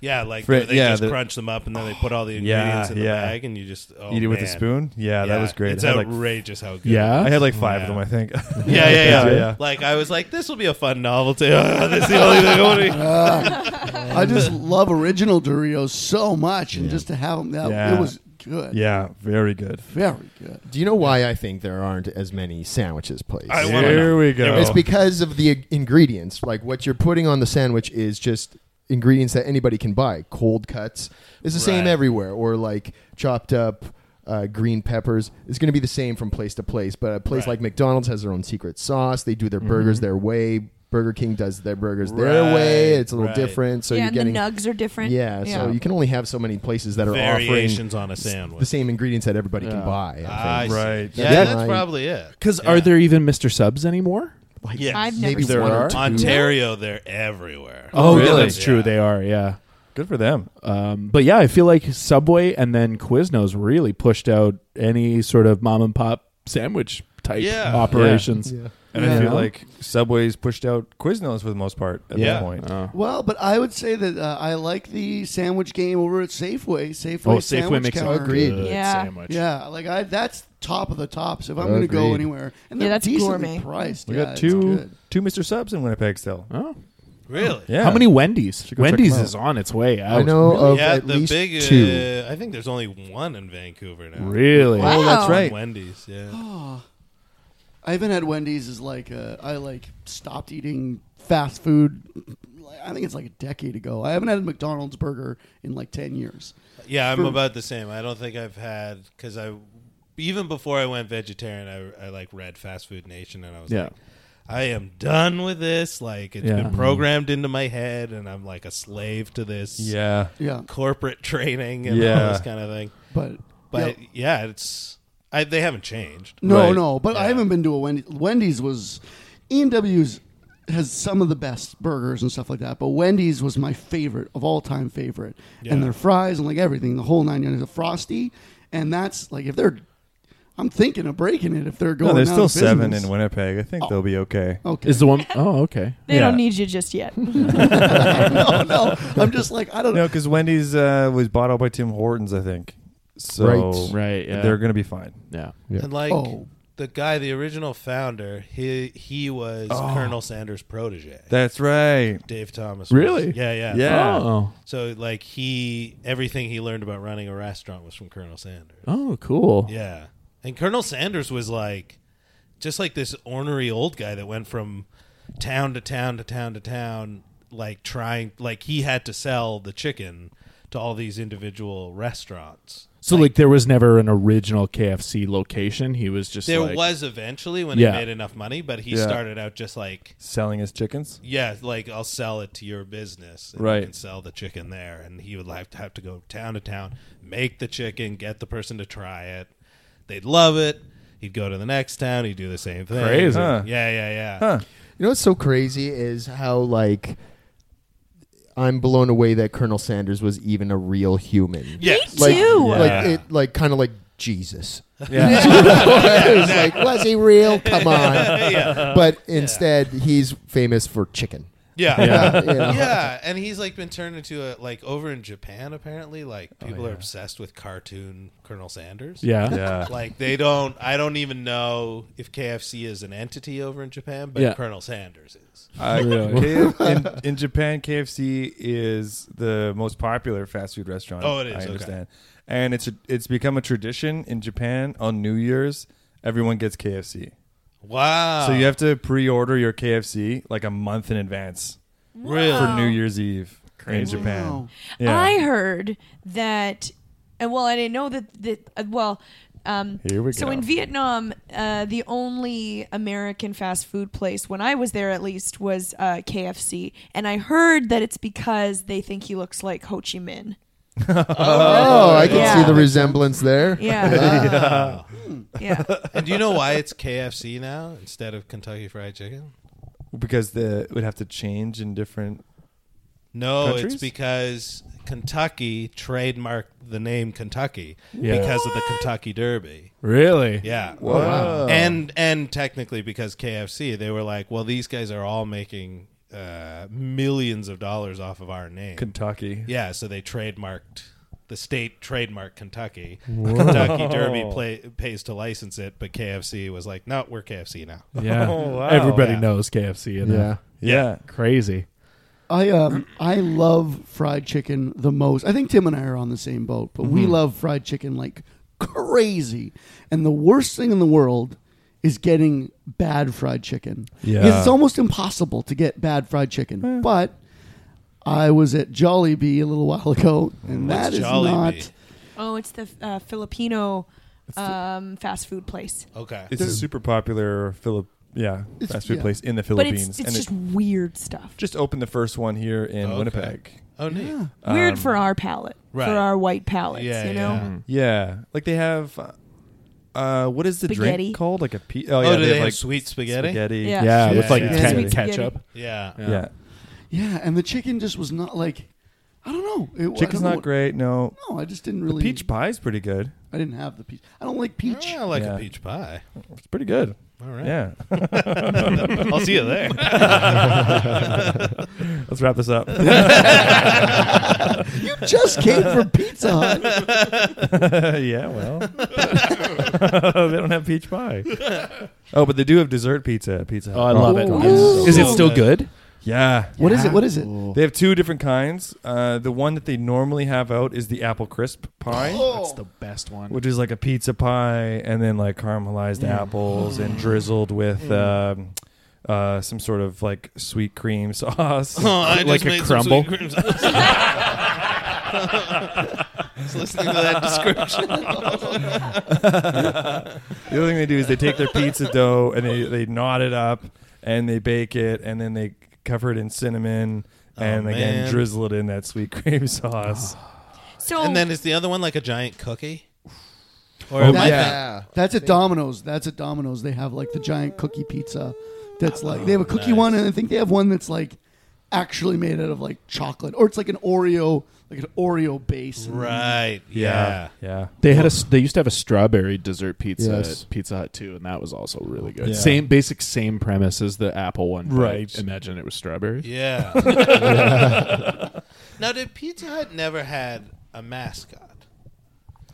Speaker 5: Yeah, like
Speaker 3: Fri-
Speaker 5: they
Speaker 3: yeah,
Speaker 5: just
Speaker 3: the-
Speaker 5: crunch them up and then they put all the
Speaker 3: Yeah,
Speaker 5: ingredients in the
Speaker 3: yeah.
Speaker 5: bag and you just oh,
Speaker 3: Eat it with a
Speaker 5: man.
Speaker 3: spoon? Yeah, that was great.
Speaker 5: It's
Speaker 3: I had, like,
Speaker 5: outrageous how good.
Speaker 3: Yeah?
Speaker 5: it is.
Speaker 3: I had, like, five of them, I think.
Speaker 5: yeah, yeah, yeah,
Speaker 3: Yeah. Yeah.
Speaker 5: Like I was like, this will be a fun novelty. Ah, this is the only thing I want to.
Speaker 7: I just love original Doritos so much, and just to have them, that,
Speaker 8: Yeah.
Speaker 7: it was good.
Speaker 3: Yeah, very good.
Speaker 7: Very good.
Speaker 8: Do you know why I think there aren't as many sandwiches places?
Speaker 3: I wanna Here know. we go.
Speaker 8: It's because of the ingredients. Like what you're putting on the sandwich is just ingredients that anybody can buy. Cold cuts is the same
Speaker 5: Right.
Speaker 8: everywhere, or like chopped up. Uh, green peppers It's going to be the same from place to place, but a place
Speaker 5: Right.
Speaker 8: like McDonald's has their own secret sauce. They do their burgers their way. Burger King does their burgers
Speaker 5: Right,
Speaker 8: their way. It's a little
Speaker 5: right.
Speaker 8: different, so
Speaker 13: yeah,
Speaker 8: you're
Speaker 13: and
Speaker 8: getting
Speaker 13: the nugs are different.
Speaker 8: yeah, so you can only have so many places that are
Speaker 5: Variations
Speaker 8: offering
Speaker 5: on a
Speaker 8: s-
Speaker 5: sandwich.
Speaker 8: the same ingredients that everybody
Speaker 5: Yeah.
Speaker 8: can buy.
Speaker 3: Ah,
Speaker 5: I see. Right. Yeah, that's probably it.
Speaker 14: Because are there even Mr. Subs anymore?
Speaker 5: Yes.
Speaker 14: I've never Maybe seen there one or are. two.
Speaker 5: Ontario, they're everywhere.
Speaker 14: Oh, yeah,
Speaker 5: Really?
Speaker 14: that's true. They are. Yeah. Good for them. Um, but yeah, I feel like Subway and then Quiznos really pushed out any sort of mom and pop sandwich type
Speaker 3: Yeah.
Speaker 14: operations.
Speaker 3: Yeah. And I feel like Subway's pushed out Quiznos for the most part at
Speaker 14: Yeah.
Speaker 3: that point.
Speaker 7: Well, but I would say that uh, I like the sandwich game over at Safeway. Safeway,
Speaker 14: Oh, Safeway
Speaker 7: sandwich
Speaker 14: makes a
Speaker 7: counter.
Speaker 14: Agreed. good Yeah. sandwich.
Speaker 7: Yeah, like I, that's top of the tops. If I'm going to go
Speaker 3: Agreed.
Speaker 7: anywhere, and
Speaker 13: Yeah,
Speaker 7: they're
Speaker 13: that's
Speaker 7: decently
Speaker 13: gourmet.
Speaker 7: priced.
Speaker 3: We
Speaker 7: yeah,
Speaker 3: got
Speaker 7: it's
Speaker 3: two
Speaker 7: good.
Speaker 3: two Mr. Subs in Winnipeg still.
Speaker 14: Oh.
Speaker 5: Really?
Speaker 3: Yeah.
Speaker 14: How many Wendy's?
Speaker 3: Should go check
Speaker 14: Wendy's
Speaker 3: them out.
Speaker 14: is on its way out.
Speaker 5: yeah, the big, uh, I think there's only one in Vancouver now.
Speaker 14: Really?
Speaker 7: Oh, that's right.
Speaker 5: Wendy's, yeah.
Speaker 7: Oh. I haven't had Wendy's as like uh, I like stopped eating fast food. like, I think it's like a decade ago. I haven't had a McDonald's burger in like ten years.
Speaker 5: Yeah, I'm
Speaker 7: For-
Speaker 5: about the same. I don't think I've had because I even before I went vegetarian, I, I like read Fast Food Nation, and I was
Speaker 14: Yeah.
Speaker 5: like, I am done with this. Like it's
Speaker 14: Yeah.
Speaker 5: been programmed into my head, and I'm like a slave to this.
Speaker 3: Yeah.
Speaker 7: Yeah.
Speaker 5: corporate training and all
Speaker 3: Yeah.
Speaker 5: this kind of thing.
Speaker 7: But-
Speaker 5: but yeah, it's I, they haven't changed.
Speaker 7: No, no, but I haven't been to a Wendy's. Wendy's was EMW's has some of the best burgers and stuff like that, but Wendy's was my favorite of all time favorite.
Speaker 5: Yeah.
Speaker 7: And their fries and like everything, the whole nine yards, the frosty, and that's like if they're, I'm thinking of breaking it if they're going.
Speaker 3: No, there's
Speaker 7: out
Speaker 3: still
Speaker 7: of
Speaker 3: seven
Speaker 7: business.
Speaker 3: in Winnipeg. I think
Speaker 7: Oh.
Speaker 3: they'll be okay.
Speaker 7: Okay. Is the
Speaker 14: one oh okay.
Speaker 4: They
Speaker 3: Yeah.
Speaker 4: don't need you just yet.
Speaker 7: no, no. I'm just like I don't know.
Speaker 3: No, because Wendy's uh, was bought out by Tim Hortons, I think. So
Speaker 14: Right. Right, yeah.
Speaker 3: They're gonna be fine.
Speaker 14: Yeah.
Speaker 5: And like
Speaker 7: Oh.
Speaker 5: the guy, the original founder, he he was
Speaker 3: Oh.
Speaker 5: Colonel Sanders' protege.
Speaker 3: That's right.
Speaker 5: Dave Thomas. was-
Speaker 3: Really?
Speaker 5: yeah, yeah.
Speaker 3: Yeah. Oh.
Speaker 5: So like he everything he learned about running a restaurant was from Colonel Sanders.
Speaker 14: Oh, cool.
Speaker 5: Yeah. And Colonel Sanders was like just like this ornery old guy that went from town to town to town to town like trying like he had to sell the chicken to all these individual restaurants.
Speaker 14: So like, there was never an original KFC location. He was just
Speaker 5: there
Speaker 14: like-
Speaker 5: was eventually when
Speaker 14: Yeah.
Speaker 5: he made enough money, but he
Speaker 3: Yeah.
Speaker 5: started out just like
Speaker 3: Selling his chickens.
Speaker 5: yeah, like I'll sell it to your business, and You
Speaker 3: Right.
Speaker 5: can sell the chicken there, and he would have to have to go town to town, make the chicken, get the person to try it. They'd love it. He'd go to the next town. He'd do the same thing.
Speaker 8: Crazy. Huh.
Speaker 5: Yeah, yeah, yeah.
Speaker 8: You know what's so crazy is how like I'm blown away that Colonel Sanders was even a real human.
Speaker 5: Yes. Me
Speaker 8: like,
Speaker 5: too.
Speaker 8: Like
Speaker 5: Yeah.
Speaker 8: it, like kind of like Jesus.
Speaker 5: Yeah.
Speaker 8: it was like, was he real? Come on.
Speaker 5: Yeah.
Speaker 8: But instead, he's famous for chicken.
Speaker 5: Yeah,
Speaker 8: Uh,
Speaker 5: yeah,
Speaker 8: you know?
Speaker 5: and he's like been turned into a like over in Japan. Apparently, like people are obsessed with cartoon Colonel Sanders.
Speaker 14: Yeah. Yeah.
Speaker 5: like they don't. I don't even know if KFC is an entity over in Japan, but
Speaker 3: Yeah.
Speaker 5: Colonel Sanders is.
Speaker 3: Uh,
Speaker 5: Really?
Speaker 3: K- in, in Japan, KFC is the most popular fast food restaurant.
Speaker 5: Oh, it is,
Speaker 3: I
Speaker 5: okay.
Speaker 3: understand, and it's a, it's become a tradition in Japan on New Year's. Everyone gets KFC.
Speaker 5: Wow.
Speaker 3: So you have to pre-order your KFC like a month in advance.
Speaker 5: Really?
Speaker 3: For New Year's Eve
Speaker 5: Crazy.
Speaker 3: in Japan.
Speaker 5: Wow.
Speaker 3: Yeah.
Speaker 4: I heard that, and well, I didn't know that. that uh, well, um,
Speaker 3: Here we
Speaker 4: so
Speaker 3: go.
Speaker 4: in Vietnam, uh, the only American fast food place when I was there, at least, was uh, KFC, and I heard that it's because they think he looks like Ho Chi Minh.
Speaker 8: Oh, I can
Speaker 4: Yeah.
Speaker 8: see the resemblance there.
Speaker 4: Yeah. Hmm.
Speaker 5: Yeah.
Speaker 4: Yeah.
Speaker 5: and do you know why it's KFC now instead of Kentucky Fried Chicken?
Speaker 3: because the it would have to change in different.
Speaker 5: No,
Speaker 3: countries?
Speaker 5: it's because Kentucky trademarked the name Kentucky
Speaker 3: Yeah.
Speaker 5: because of the Kentucky Derby.
Speaker 14: Really?
Speaker 5: Yeah.
Speaker 3: Oh,
Speaker 14: Wow.
Speaker 5: And and technically because KFC, they were like, well, these guys are all making uh, millions of dollars off of our name.
Speaker 3: Kentucky.
Speaker 5: Yeah, so they trademarked the state trademarked Kentucky.
Speaker 3: Whoa.
Speaker 5: Kentucky Derby play, pays to license it, but KFC was like, "No, we're KFC now."
Speaker 6: Yeah.
Speaker 5: Oh, wow.
Speaker 6: Everybody
Speaker 5: Yeah.
Speaker 6: knows KFC. In
Speaker 7: Yeah.
Speaker 6: yeah.
Speaker 5: Yeah.
Speaker 6: Crazy.
Speaker 7: I um I love fried chicken the most. I think Tim and I are on the same boat, but we
Speaker 3: Mm-hmm.
Speaker 6: Mhm.
Speaker 7: love fried chicken like crazy. And the worst thing in the world is getting bad fried chicken.
Speaker 6: Yeah.
Speaker 7: It's almost impossible to get bad fried chicken.
Speaker 3: Eh.
Speaker 7: But I was at Jollibee a little while ago and
Speaker 5: What's
Speaker 7: that is
Speaker 5: Jollibee?
Speaker 7: not
Speaker 4: Oh, it's the uh, Filipino um, fast food place.
Speaker 5: Okay.
Speaker 3: It's a super popular Philip, yeah,
Speaker 4: It's-
Speaker 3: fast food
Speaker 4: yeah.
Speaker 3: place in the
Speaker 4: But it's-
Speaker 3: Philippines.
Speaker 4: it's just weird stuff.
Speaker 3: Just opened the first one here in
Speaker 5: Okay.
Speaker 3: Winnipeg.
Speaker 5: Oh, neat. Yeah.
Speaker 4: Weird
Speaker 3: Um,
Speaker 4: for our palate,
Speaker 3: right.
Speaker 4: for our white palates,
Speaker 5: Yeah,
Speaker 4: you know?
Speaker 3: Mhm. Yeah, like they have. uh, Uh, what is the
Speaker 4: Spaghetti.
Speaker 3: drink called? Like a pe-
Speaker 5: Oh, do they have
Speaker 3: like
Speaker 5: sweet spaghetti?
Speaker 3: spaghetti.
Speaker 5: Yeah. Yeah, with, like, Yeah.
Speaker 7: Sweet spaghetti.
Speaker 6: ketchup.
Speaker 5: Yeah.
Speaker 3: yeah.
Speaker 7: Yeah, and the chicken just was not like I don't know. It, I
Speaker 3: Chicken's
Speaker 7: don't know
Speaker 3: not
Speaker 7: what-
Speaker 3: great. No.
Speaker 7: No, I just didn't
Speaker 3: The
Speaker 7: really
Speaker 3: peach pie's pretty good.
Speaker 7: I didn't have the peach. I don't like peach.
Speaker 5: I like
Speaker 3: Yeah.
Speaker 5: a peach pie.
Speaker 3: It's pretty good.
Speaker 5: All right.
Speaker 3: Yeah.
Speaker 5: I'll see you there.
Speaker 3: Let's wrap this up.
Speaker 7: You just came from Pizza Hut.
Speaker 3: yeah, well. they don't have peach pie. Oh, but they do have dessert pizza at Pizza Hut.
Speaker 6: Oh, I love it.
Speaker 3: It's
Speaker 6: Is it still good?
Speaker 3: Yeah.
Speaker 7: What is it? What is it?
Speaker 3: They have two different kinds. Uh, the one that they normally have out is the apple crisp pie.
Speaker 6: That's the best one.
Speaker 3: Which is like a pizza pie and then like caramelized
Speaker 6: Mm.
Speaker 3: apples and
Speaker 6: Mm.
Speaker 3: drizzled with
Speaker 6: Mm.
Speaker 3: um, uh, some sort of like sweet cream sauce.
Speaker 5: Oh, I
Speaker 3: like
Speaker 5: just made
Speaker 3: a
Speaker 5: some
Speaker 3: crumble.
Speaker 5: sweet cream sauce. Just listening to that description.
Speaker 3: the other thing they do is they take their pizza dough and they, they knot it up and they bake it and then they cover it in cinnamon and again
Speaker 5: man.
Speaker 3: drizzle it in that sweet cream sauce.
Speaker 4: So
Speaker 5: and then is the other one like a giant cookie?
Speaker 7: Oh,
Speaker 5: am I
Speaker 7: yeah. That's at Domino's. That's at Domino's. They have like the giant cookie pizza. That's like they have a cookie one, and I think they have one that's like actually made out of like chocolate, or it's like an Oreo, like an Oreo base. and then-
Speaker 5: Right.
Speaker 3: Yeah.
Speaker 5: Yeah.
Speaker 6: They had a. s- They used to have a strawberry dessert pizza
Speaker 3: Yes.
Speaker 6: at Pizza Hut too, and that was also really good.
Speaker 3: Yeah.
Speaker 6: Same basic, same premise as the apple one, but
Speaker 3: Right.
Speaker 6: Imagine it was strawberry.
Speaker 5: Yeah. now, did Pizza Hut never had a mascot?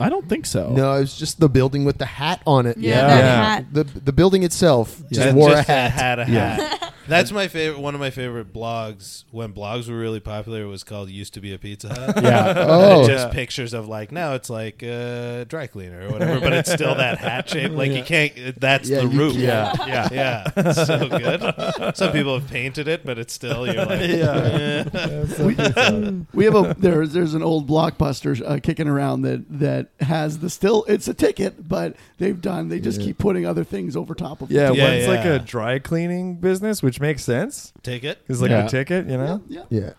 Speaker 6: I don't think so.
Speaker 3: Oh.
Speaker 15: No, it was just the building with the hat on it.
Speaker 5: Yeah, that Yeah. hat.
Speaker 15: The the building itself just
Speaker 5: Yeah,
Speaker 15: wore a
Speaker 5: that
Speaker 15: hat.
Speaker 5: Had a hat. That's my favorite. One of my favorite blogs when blogs were really popular it was called "Used to Be a Pizza Hut."
Speaker 15: Yeah.
Speaker 5: And
Speaker 15: Oh.
Speaker 5: it's just
Speaker 15: Yeah.
Speaker 5: pictures of like now it's like uh, dry cleaner or whatever, but it's still that hat shape. Like
Speaker 15: Yeah.
Speaker 5: you can't. uh, That's
Speaker 15: Yeah,
Speaker 5: the
Speaker 15: you
Speaker 5: roof.
Speaker 15: can't.
Speaker 5: yeah, yeah. It's so good. Some people have painted it, but it's still you're like
Speaker 3: Yeah.
Speaker 5: eh.
Speaker 7: we, we have a there's there's an old blockbuster uh, kicking around that that has the still it's a ticket, but they've done they just keep putting other things over top of
Speaker 3: Yeah,
Speaker 7: it.
Speaker 3: one's like a dry cleaning business, which makes sense.
Speaker 5: Ticket.
Speaker 3: is like
Speaker 15: Yeah.
Speaker 3: a ticket, you know. Yeah,
Speaker 15: yeah.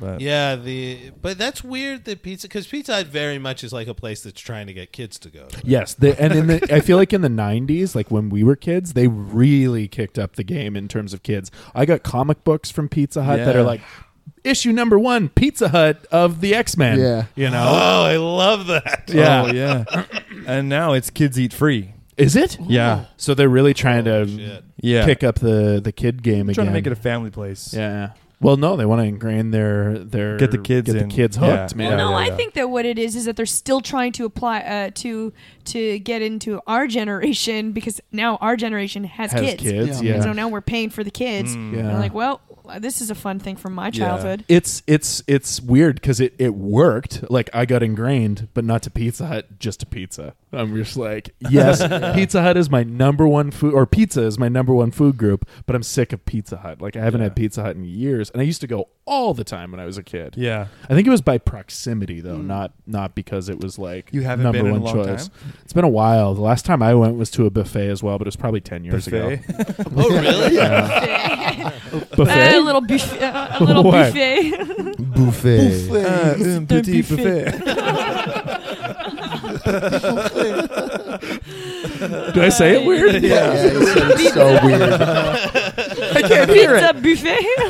Speaker 3: But
Speaker 5: Yeah, the but that's weird that pizza because Pizza Hut very much is like a place that's trying to get kids to go. To.
Speaker 6: Yes, they, and in the, I feel like in the '90s, like when we were kids, they really kicked up the game in terms of kids. I got comic books from Pizza Hut that
Speaker 3: Yeah.
Speaker 6: are like issue number one, Pizza Hut of the X Men.
Speaker 3: Yeah.
Speaker 6: you know.
Speaker 5: Oh, I love that.
Speaker 3: yeah, Oh, yeah. and now it's kids eat free.
Speaker 6: Is it?
Speaker 3: Yeah.
Speaker 6: So they're really trying to
Speaker 3: Yeah.
Speaker 6: pick up the the kid game again.
Speaker 3: Trying to make it a family place.
Speaker 6: yeah. Well, no, they want to ingrain their their
Speaker 3: Get the kids
Speaker 6: get
Speaker 3: in.
Speaker 6: the kids
Speaker 3: Yeah.
Speaker 6: hooked,
Speaker 3: Well,
Speaker 6: man.
Speaker 3: no,
Speaker 4: No, I think that what it is is that they're still trying to apply uh, to to get into our generation because now our generation has,
Speaker 6: Has
Speaker 4: kids.
Speaker 6: kids, Yeah. yeah.
Speaker 4: And so now we're paying for the kids.
Speaker 6: Mm.
Speaker 4: And
Speaker 6: Yeah.
Speaker 4: like, well, this is a fun thing from my childhood.
Speaker 6: It's it's it's weird because it it worked. Like I got ingrained, but not to Pizza Hut, just to pizza. I'm just like, yes,
Speaker 3: Yeah.
Speaker 6: Pizza Hut is my number one food, or pizza is my number one food group. But I'm sick of Pizza Hut. Like I haven't had Pizza Hut in years, and I used to go all the time when I was a kid.
Speaker 3: Yeah. Mm.
Speaker 6: I think it was by proximity though, not not because it was like
Speaker 3: You haven't
Speaker 6: number
Speaker 3: been in a
Speaker 6: one
Speaker 3: long
Speaker 6: choice.
Speaker 3: time?
Speaker 6: It's been a while. The last time I went was to a buffet as well, but it was probably ten years
Speaker 3: Buffet?
Speaker 6: ago.
Speaker 3: Oh, really?
Speaker 6: Yeah.
Speaker 3: Buffet.
Speaker 6: buffet.
Speaker 4: Uh, A little buffet. A little
Speaker 6: What?
Speaker 4: buffet.
Speaker 15: Buffet.
Speaker 3: Buffet. Ah,
Speaker 4: It's
Speaker 3: un
Speaker 4: the
Speaker 3: petit
Speaker 6: Do I say it weird?
Speaker 15: Yeah, yeah, you said it so weird.
Speaker 6: I can't hear
Speaker 4: Pizza
Speaker 6: it.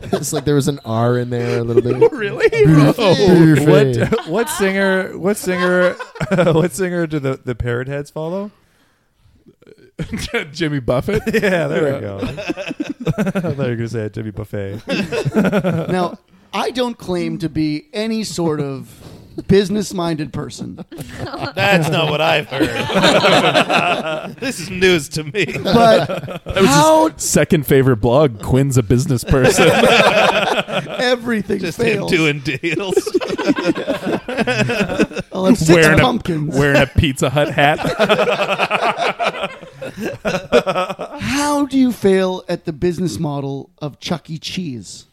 Speaker 4: buffet.
Speaker 15: it's like there was an R in there a little bit.
Speaker 6: really?
Speaker 15: Buffet. Buffet.
Speaker 3: What what singer what singer what singer do the the parrot heads follow?
Speaker 14: Jimmy Buffett.
Speaker 3: yeah, there we go. I thought you were going to say Jimmy Buffet.
Speaker 7: now, I don't claim to be any sort of business-minded person.
Speaker 5: That's not what I've heard. this is news to me.
Speaker 7: But
Speaker 14: That was his second favorite blog. Quinn's a business person.
Speaker 7: everything
Speaker 5: Just
Speaker 7: fails.
Speaker 5: him doing deals.
Speaker 7: I'll have six
Speaker 14: wearing
Speaker 7: pumpkins.
Speaker 14: A, wearing a Pizza Hut hat.
Speaker 7: How do you fail at the business model of Chuck E. Cheese?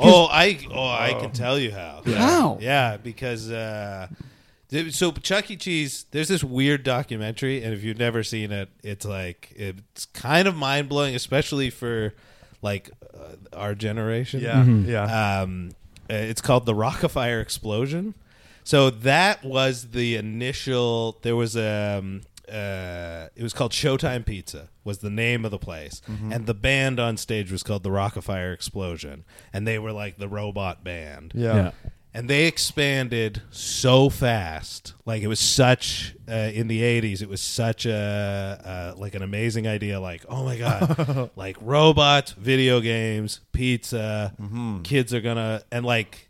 Speaker 5: oh, I oh, I can tell you how.
Speaker 7: Yeah. How?
Speaker 5: Yeah, because uh, th- so Chuck E. Cheese. There's this weird documentary, and if you've never seen it, it's like it's kind of mind blowing, especially for like uh, our generation.
Speaker 3: Yeah, Mhm. yeah.
Speaker 5: Um, uh, it's called the Rockefeller Explosion. So that was the initial. There was a. Um, uh, it was called Showtime Pizza was the name of the place,
Speaker 3: Mhm.
Speaker 5: and the band on stage was called the Rockefeller Explosion, and they were like the robot band.
Speaker 3: Yeah. Yeah.
Speaker 5: And they expanded so fast, like it was such uh, in the '80s. It was such a uh, like an amazing idea. Like, oh my god, like robots, video games, pizza,
Speaker 3: Mm-hmm.
Speaker 5: kids are gonna and like,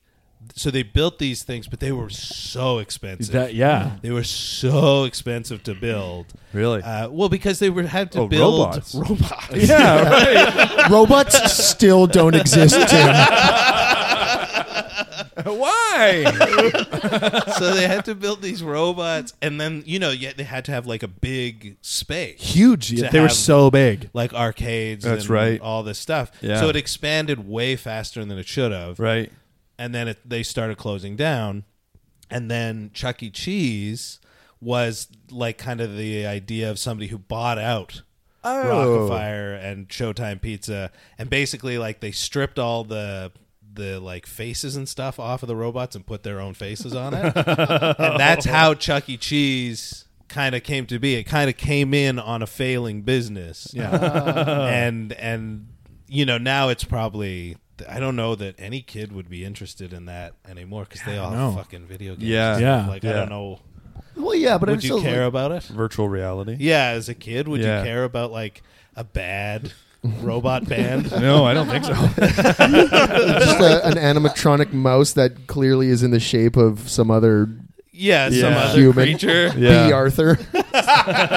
Speaker 5: so they built these things, but they were so expensive.
Speaker 14: That- yeah.
Speaker 5: they were so expensive to build.
Speaker 3: Really?
Speaker 5: Uh, well, because they were had to
Speaker 3: Oh,
Speaker 5: build
Speaker 3: robots.
Speaker 5: robots.
Speaker 8: Robots still don't exist, Tim.
Speaker 5: Why? so they had to build these robots, and then you know, yet they had to have like a big space,
Speaker 14: Huge.
Speaker 5: to
Speaker 14: They were
Speaker 5: have,
Speaker 14: so big.
Speaker 5: like arcades.
Speaker 3: That's
Speaker 5: and
Speaker 3: right.
Speaker 5: All this stuff.
Speaker 3: Yeah.
Speaker 5: So it expanded way faster than it should have.
Speaker 3: Right.
Speaker 5: And then it, they started closing down, and then Chuck E. Cheese was like kind of the idea of somebody who bought out
Speaker 3: Oh.
Speaker 5: Rockefeller and Showtime Pizza, and basically like they stripped all the the like faces and stuff off of the robots and put their own faces on it, and that's
Speaker 3: Oh.
Speaker 5: how Chuck E. Cheese kind of came to be. It kind of came in on a failing business,
Speaker 3: Yeah.
Speaker 5: Uh. and and you know now it's probably. I don't know that any kid would be interested in that anymore because they all
Speaker 3: know.
Speaker 5: have fucking video games.
Speaker 3: Yeah.
Speaker 5: and stuff.
Speaker 3: Yeah.
Speaker 5: Like I
Speaker 3: Yeah.
Speaker 5: don't know.
Speaker 7: Well, yeah, but
Speaker 5: would
Speaker 7: I'm
Speaker 5: you
Speaker 7: still,
Speaker 5: care
Speaker 7: like-
Speaker 5: about it?
Speaker 3: Virtual reality.
Speaker 5: Yeah, as a kid, would
Speaker 3: Yeah.
Speaker 5: you care about like a bad robot band?
Speaker 3: No, I don't think so.
Speaker 8: just a, an animatronic mouse that clearly is in the shape of some other
Speaker 5: Yeah, some other
Speaker 8: human.
Speaker 5: creature.
Speaker 8: B. Arthur.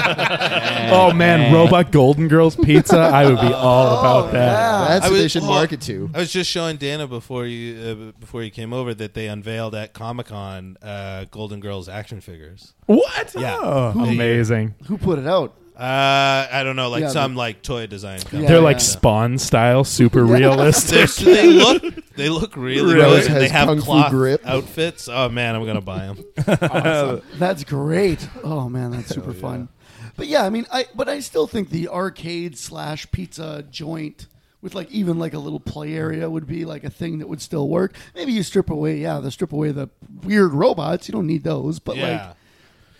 Speaker 14: oh man, robot Golden Girls pizza. I would be all about that.
Speaker 8: That's
Speaker 5: I
Speaker 8: what they
Speaker 5: was-
Speaker 8: should
Speaker 5: oh,
Speaker 8: market to.
Speaker 5: I was just showing Dana before you uh, before you came over that they unveiled at Comic Con uh, Golden Girls action figures.
Speaker 14: What?
Speaker 5: Yeah,
Speaker 14: Oh,
Speaker 5: They-
Speaker 14: amazing.
Speaker 7: Who put it out?
Speaker 5: Uh, I don't know, like
Speaker 7: Yeah,
Speaker 5: some
Speaker 7: but-
Speaker 5: like toy design. Company.
Speaker 14: They're like Spawn style, super
Speaker 5: They're-
Speaker 14: realistic.
Speaker 5: they look they look really,
Speaker 14: Really?
Speaker 5: good. And they
Speaker 14: Has
Speaker 5: have
Speaker 14: kung fu
Speaker 5: cloth
Speaker 14: grip.
Speaker 5: outfits. Oh man, I'm gonna buy them.
Speaker 7: Awesome. That's great. Oh man, that's super fun. But yeah, I mean, I but I still think the arcade slash pizza joint with like even like a little play area would be like a thing that would still work. Maybe you strip away, yeah, the strip away the weird robots. You don't need those, but
Speaker 5: Yeah.
Speaker 7: like,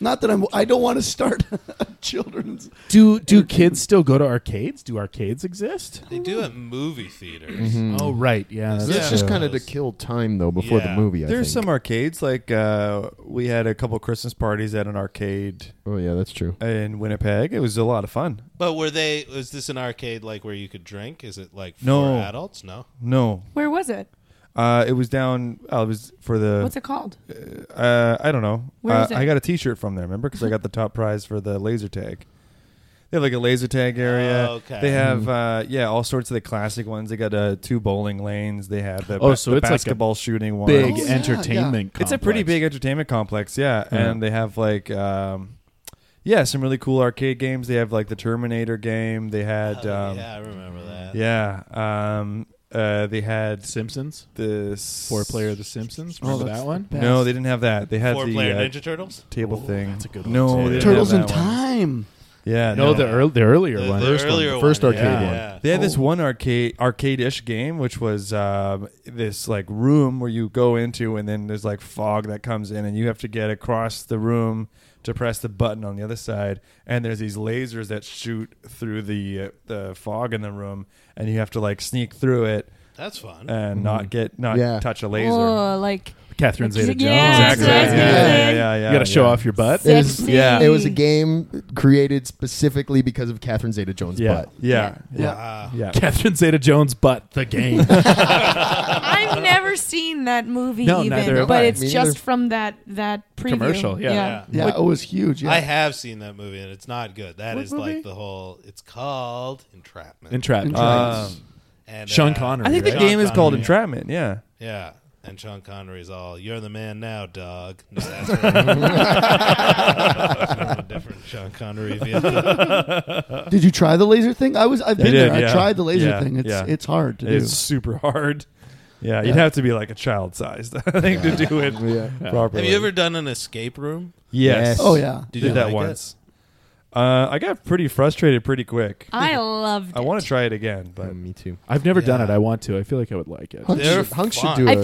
Speaker 7: not that I'm. I don't want to start a children's.
Speaker 14: Do do kids still go to arcades? Do arcades exist?
Speaker 5: They do at movie theaters.
Speaker 14: Oh right, yeah.
Speaker 8: That's
Speaker 14: that's true.
Speaker 8: just kind of to kill time though before
Speaker 14: Yeah.
Speaker 8: the movie. I
Speaker 3: There's
Speaker 8: think.
Speaker 3: some arcades like uh, we had a couple Christmas parties at an arcade.
Speaker 8: Oh yeah, that's true.
Speaker 3: In Winnipeg, it was a lot of fun.
Speaker 5: But were they? Was this an arcade like where you could drink? Is it like for
Speaker 3: No
Speaker 5: adults? No.
Speaker 3: no.
Speaker 13: Where was it?
Speaker 3: Uh, it was down. Uh, it was for the.
Speaker 13: What's it called?
Speaker 3: Uh, I don't know.
Speaker 13: Where
Speaker 3: uh,
Speaker 13: is it?
Speaker 3: I got a T-shirt from there. Remember, because I got the top prize for the laser tag. They have like a laser tag area.
Speaker 5: Oh, okay.
Speaker 3: They have uh, yeah, all sorts of the classic ones. They got uh, two bowling lanes. They have the
Speaker 14: Oh,
Speaker 3: ba-
Speaker 14: so
Speaker 3: the
Speaker 14: it's like a
Speaker 3: basketball shooting one.
Speaker 14: big Oh, yeah, entertainment yeah.
Speaker 3: It's a pretty big entertainment complex. Yeah,
Speaker 14: Yeah.
Speaker 3: and they have like. Um, yeah, some really cool arcade games. They have like the Terminator game. They had
Speaker 14: Oh,
Speaker 3: um,
Speaker 5: yeah, I remember that.
Speaker 3: Yeah, um, uh, they had
Speaker 14: Simpsons.
Speaker 3: The
Speaker 14: Four player The Simpsons.
Speaker 3: Oh,
Speaker 14: Remember
Speaker 3: that's
Speaker 14: that
Speaker 3: the
Speaker 14: one?
Speaker 3: best. No, they didn't have that. They had the,
Speaker 5: Four-player
Speaker 3: uh,
Speaker 5: Ninja Turtles?
Speaker 3: table
Speaker 14: Oh,
Speaker 3: thing.
Speaker 14: that's a good one,
Speaker 3: No,
Speaker 14: too.
Speaker 3: they didn't
Speaker 7: Turtles
Speaker 3: have
Speaker 7: in
Speaker 3: that one.
Speaker 7: Time.
Speaker 3: Yeah,
Speaker 14: No, the earl- the earlier The- the one.
Speaker 3: First
Speaker 14: earlier
Speaker 3: the
Speaker 14: one,
Speaker 3: first arcade
Speaker 14: yeah.
Speaker 3: one.
Speaker 14: Yeah.
Speaker 3: They had this one arcade arcade-ish game, which was um, this like room where you go into, and then there's like fog that comes in, and you have to get across the room to press the button on the other side, and there's these lasers that shoot through the uh, the fog in the room, and you have to like sneak through it.
Speaker 5: That's fun.
Speaker 14: Mm-hmm.
Speaker 3: and not get not
Speaker 8: Yeah.
Speaker 3: touch a laser.
Speaker 13: Oh, like
Speaker 6: Catherine Zeta Jones.
Speaker 16: Yeah, Exactly. Zeta-Jones.
Speaker 6: Yeah,
Speaker 16: Yeah,
Speaker 6: yeah,
Speaker 16: yeah,
Speaker 6: yeah.
Speaker 16: yeah,
Speaker 6: You got to show
Speaker 16: yeah.
Speaker 6: off your butt.
Speaker 16: It was, it was a game created specifically because of Catherine Zeta Jones'
Speaker 6: Yeah.
Speaker 16: butt.
Speaker 6: Yeah. Yeah. Catherine Zeta Jones, but the game.
Speaker 4: I've never seen that movie
Speaker 6: No, neither
Speaker 4: even,
Speaker 6: have
Speaker 4: but
Speaker 6: I.
Speaker 4: it's
Speaker 6: Me
Speaker 4: just
Speaker 6: neither.
Speaker 4: from that that preview.
Speaker 7: Yeah, it was huge, yeah.
Speaker 5: I have seen that movie, and it's not good. That
Speaker 7: What
Speaker 5: is
Speaker 7: movie?
Speaker 5: like the whole. It's called Entrapment.
Speaker 6: Entrapment. Entrapment.
Speaker 5: Um, and,
Speaker 6: Sean
Speaker 5: uh,
Speaker 6: Connery,
Speaker 3: I think the
Speaker 5: Sean
Speaker 3: game is called
Speaker 5: Connery.
Speaker 3: Entrapment. Yeah.
Speaker 5: Yeah. And Sean Connery's all, "You're the man now, dog." No, that's right. different Sean Connery. vehicle.
Speaker 7: Did you try the laser thing? I was. I've
Speaker 3: I
Speaker 7: been
Speaker 3: did,
Speaker 7: there. I
Speaker 3: yeah.
Speaker 7: tried the laser
Speaker 3: Yeah,
Speaker 7: thing. It's
Speaker 3: yeah.
Speaker 7: it's hard to
Speaker 3: It's
Speaker 7: do.
Speaker 3: super hard. Yeah,
Speaker 7: Yeah.
Speaker 3: you'd have to be like a child sized, I think, to do it properly.
Speaker 5: Have you ever done an escape room?
Speaker 3: Yes.
Speaker 7: Oh, yeah.
Speaker 3: Did,
Speaker 5: Did you
Speaker 3: that
Speaker 5: like it?
Speaker 3: once. Uh, I got pretty frustrated pretty quick.
Speaker 4: I loved
Speaker 3: I want to try it again, but me too.
Speaker 6: I've never done it. I want to. I feel like I would like it.
Speaker 7: Hunk should, Hunk should do it.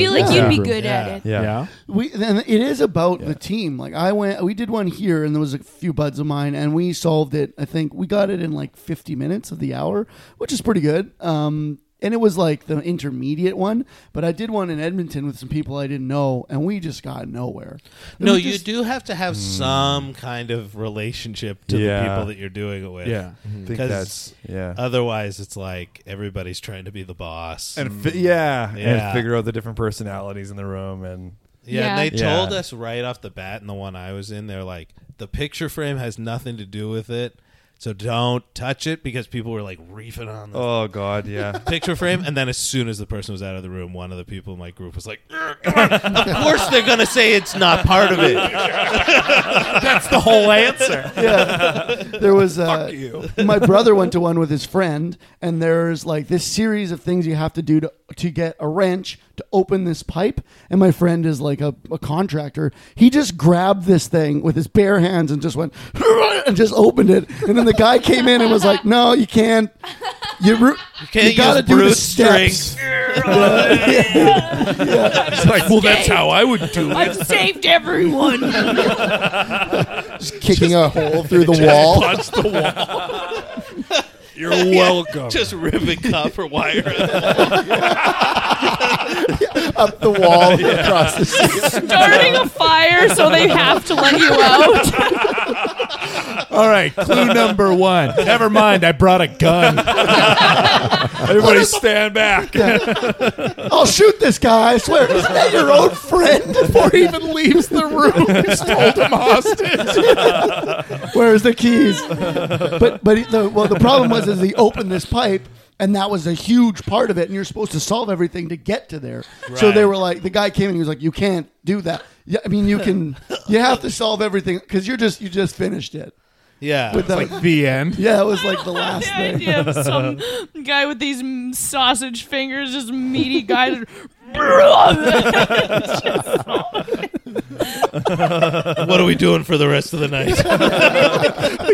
Speaker 6: Yeah.
Speaker 7: We then it is about the team. Like I went, we did one here, and there was a few buds of mine, and we solved it. I think we got it in like 50 minutes of the hour, which is pretty good. Um, and it was like the intermediate one, but I did one in Edmonton with some people I didn't know, and we just got nowhere.
Speaker 5: No,
Speaker 7: We
Speaker 5: you
Speaker 7: just-
Speaker 5: do have to have some kind of relationship to the
Speaker 3: Yeah.
Speaker 5: people that you're doing it with.
Speaker 3: Yeah. Mhm. Think
Speaker 5: Mm-hmm. because
Speaker 3: that's- yeah.
Speaker 5: Otherwise, it's like everybody's trying to be the boss
Speaker 3: And fi- yeah,
Speaker 5: yeah.
Speaker 3: and figure out the different personalities in the room, and
Speaker 5: Yeah, and they told us right off the bat in the one I was in, they're like, the picture frame has nothing to do with it. So don't touch it because people were like reefing on the
Speaker 3: Oh God, yeah.
Speaker 5: picture frame. And then as soon as the person was out of the room, one of the people in my group was like, "Ugh, come on. Of course they're going to say it's not part of it. That's the whole answer.
Speaker 7: yeah. There was uh,
Speaker 5: Fuck you.
Speaker 7: my brother went to one with his friend, and there's like this series of things you have to do to, to get a wrench to open this pipe. And my friend is like a, a contractor. He just grabbed this thing with his bare hands and just went and just opened it. And then the guy came in and was like, "No, you can't. You, ru- you
Speaker 5: can't
Speaker 7: gotta
Speaker 5: use
Speaker 7: do the
Speaker 5: brute
Speaker 7: steps."
Speaker 5: strength.
Speaker 6: It's like, well, that's how I would do it.
Speaker 4: I've saved everyone.
Speaker 16: Just kicking a hole through the wall.
Speaker 6: punch the
Speaker 5: wall.
Speaker 6: You're welcome.
Speaker 5: Just ripping copper wire.
Speaker 16: Up the wall
Speaker 5: Yeah.
Speaker 16: across the street.
Speaker 4: Starting a fire so they have to let you out.
Speaker 6: All right, clue number one. Never mind, I brought a gun. Everybody stand back.
Speaker 7: I'll shoot this guy. I swear. Isn't that your own friend before he even leaves the room? Just hold him hostage. Where's the keys? But but he- the, well, the problem was is he opened this pipe. And that was a huge part of it, and you're supposed to solve everything to get to there. So they
Speaker 17: Right.
Speaker 7: were like, the guy came and he was like, "You can't do that. Yeah, I mean, you can. You have to solve everything because you're just you just finished it.
Speaker 5: Yeah.
Speaker 7: With the-
Speaker 6: It's like the end.
Speaker 7: Yeah, it was like the last thing.
Speaker 4: You have some guy with these mm, sausage fingers, this meaty guy. that-
Speaker 5: what are we doing for the rest of the night?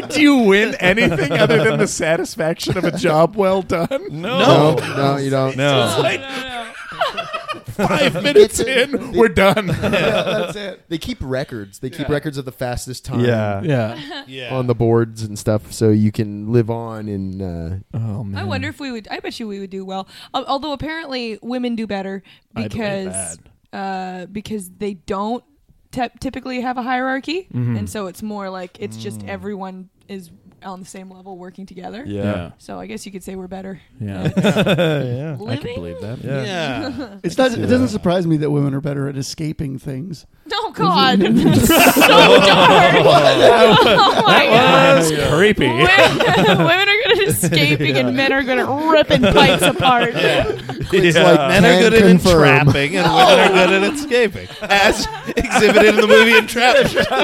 Speaker 6: Do you win anything other than the satisfaction of a job well done?
Speaker 16: No. No, no, you don't. No.
Speaker 6: It's like five minutes in, we're done.
Speaker 7: that's it.
Speaker 16: They keep records. They keep
Speaker 6: Yeah.
Speaker 16: records of the fastest time.
Speaker 6: Yeah. Yeah.
Speaker 5: Yeah.
Speaker 16: On the boards and stuff, so you can live on in. Uh,
Speaker 6: oh
Speaker 4: I wonder if we would. I bet you we would do well. Al- although apparently women do better
Speaker 6: I believe
Speaker 4: because uh, because they don't te- typically have a hierarchy,
Speaker 6: Mhm.
Speaker 4: and so it's more like it's just everyone is on the same level working together.
Speaker 6: Mm. Yeah. Yeah.
Speaker 4: So I guess you could say we're better.
Speaker 6: Yeah.
Speaker 4: at
Speaker 6: Yeah.
Speaker 4: living?
Speaker 6: I can believe that.
Speaker 4: Yeah.
Speaker 7: It's not,
Speaker 6: Yeah.
Speaker 7: it doesn't surprise me that women are better at escaping things.
Speaker 4: Oh God! That's so dark. Oh my
Speaker 6: That
Speaker 4: God!
Speaker 6: was creepy.
Speaker 4: Women are good at escaping, and men are good at ripping pipes apart.
Speaker 16: It's
Speaker 5: Yeah.
Speaker 16: like
Speaker 5: men are
Speaker 16: can
Speaker 5: good at
Speaker 16: confirm.
Speaker 5: entrapping and women are good at escaping, as exhibited in the movie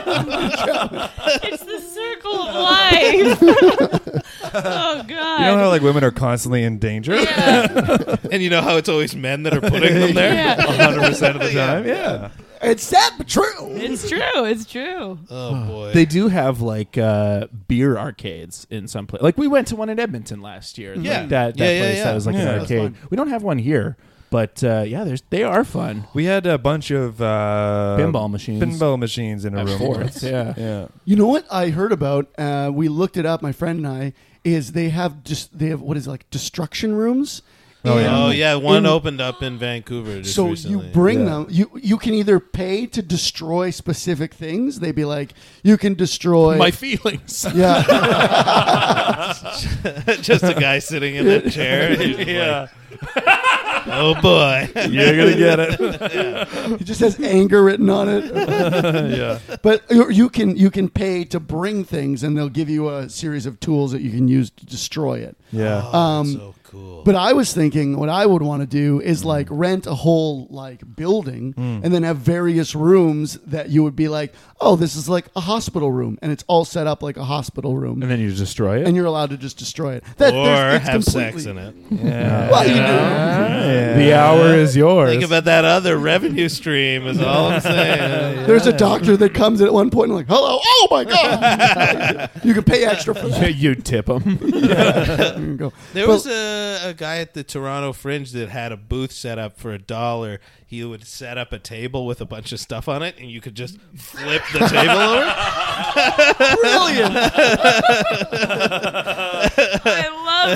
Speaker 5: Entrapment.
Speaker 4: it's the circle of life. oh God!
Speaker 3: You know how like women are constantly in danger,
Speaker 5: and you know how it's always men that are putting them there,
Speaker 3: Yeah. 100% of the time, yeah.
Speaker 7: It's sad but true.
Speaker 4: It's true. It's true.
Speaker 5: Oh boy!
Speaker 6: They do have like uh, beer arcades in some place. Like we went to one in Edmonton last year. like,
Speaker 5: Yeah.
Speaker 6: that that
Speaker 5: Yeah, yeah,
Speaker 6: place
Speaker 5: yeah.
Speaker 6: that was like
Speaker 5: Yeah.
Speaker 6: an
Speaker 5: That was
Speaker 6: arcade. We don't have one here, but uh, yeah, there's they are fun.
Speaker 3: We had a bunch of uh,
Speaker 6: Pinball machines.
Speaker 3: pinball machines in a
Speaker 6: Of
Speaker 3: room.
Speaker 6: course,
Speaker 3: once.
Speaker 6: yeah.
Speaker 3: yeah.
Speaker 7: You know what I heard about? Uh, we looked it up. My friend and I is they have just they have what is it, like destruction rooms
Speaker 3: Oh, yeah.
Speaker 5: Oh yeah, one
Speaker 7: In-
Speaker 5: opened up in Vancouver. Just
Speaker 7: so
Speaker 5: recently.
Speaker 7: you bring them. You you can either pay to destroy specific things. They'd be like, you can destroy
Speaker 18: My feelings.
Speaker 7: Yeah.
Speaker 5: Just a guy sitting in a chair. yeah. oh boy,
Speaker 3: You're gonna get it.
Speaker 7: it just has anger written on it.
Speaker 3: Yeah.
Speaker 7: But you you can you can pay to bring things, and they'll give you a series of tools that you can use to destroy it.
Speaker 3: Yeah.
Speaker 7: um, so cool. But I was thinking, what I would want to do
Speaker 5: Mm.
Speaker 7: is like rent a whole like building,
Speaker 3: Mm.
Speaker 7: and then have various rooms that you would be like, oh, this is like a hospital room, and it's all set up like a hospital room,
Speaker 19: and then you destroy it,
Speaker 7: and you're allowed to just destroy it. That, there's-
Speaker 5: Or
Speaker 7: it's
Speaker 5: have
Speaker 7: completely-
Speaker 5: sex in it.
Speaker 19: Yeah.
Speaker 7: Well, you do.
Speaker 19: Yeah. The hour is yours.
Speaker 5: Think about that other revenue stream. Is all I'm saying.
Speaker 7: There's a doctor that comes in at one point and like, hello, oh my god, you can pay extra for that.
Speaker 19: you tip them.
Speaker 7: You go.
Speaker 5: There
Speaker 7: But-
Speaker 5: was a, a guy at the Toronto Fringe that had a booth set up for a dollar. He would set up a table with a bunch of stuff on it, and you could just flip the table over.
Speaker 7: Brilliant.
Speaker 5: I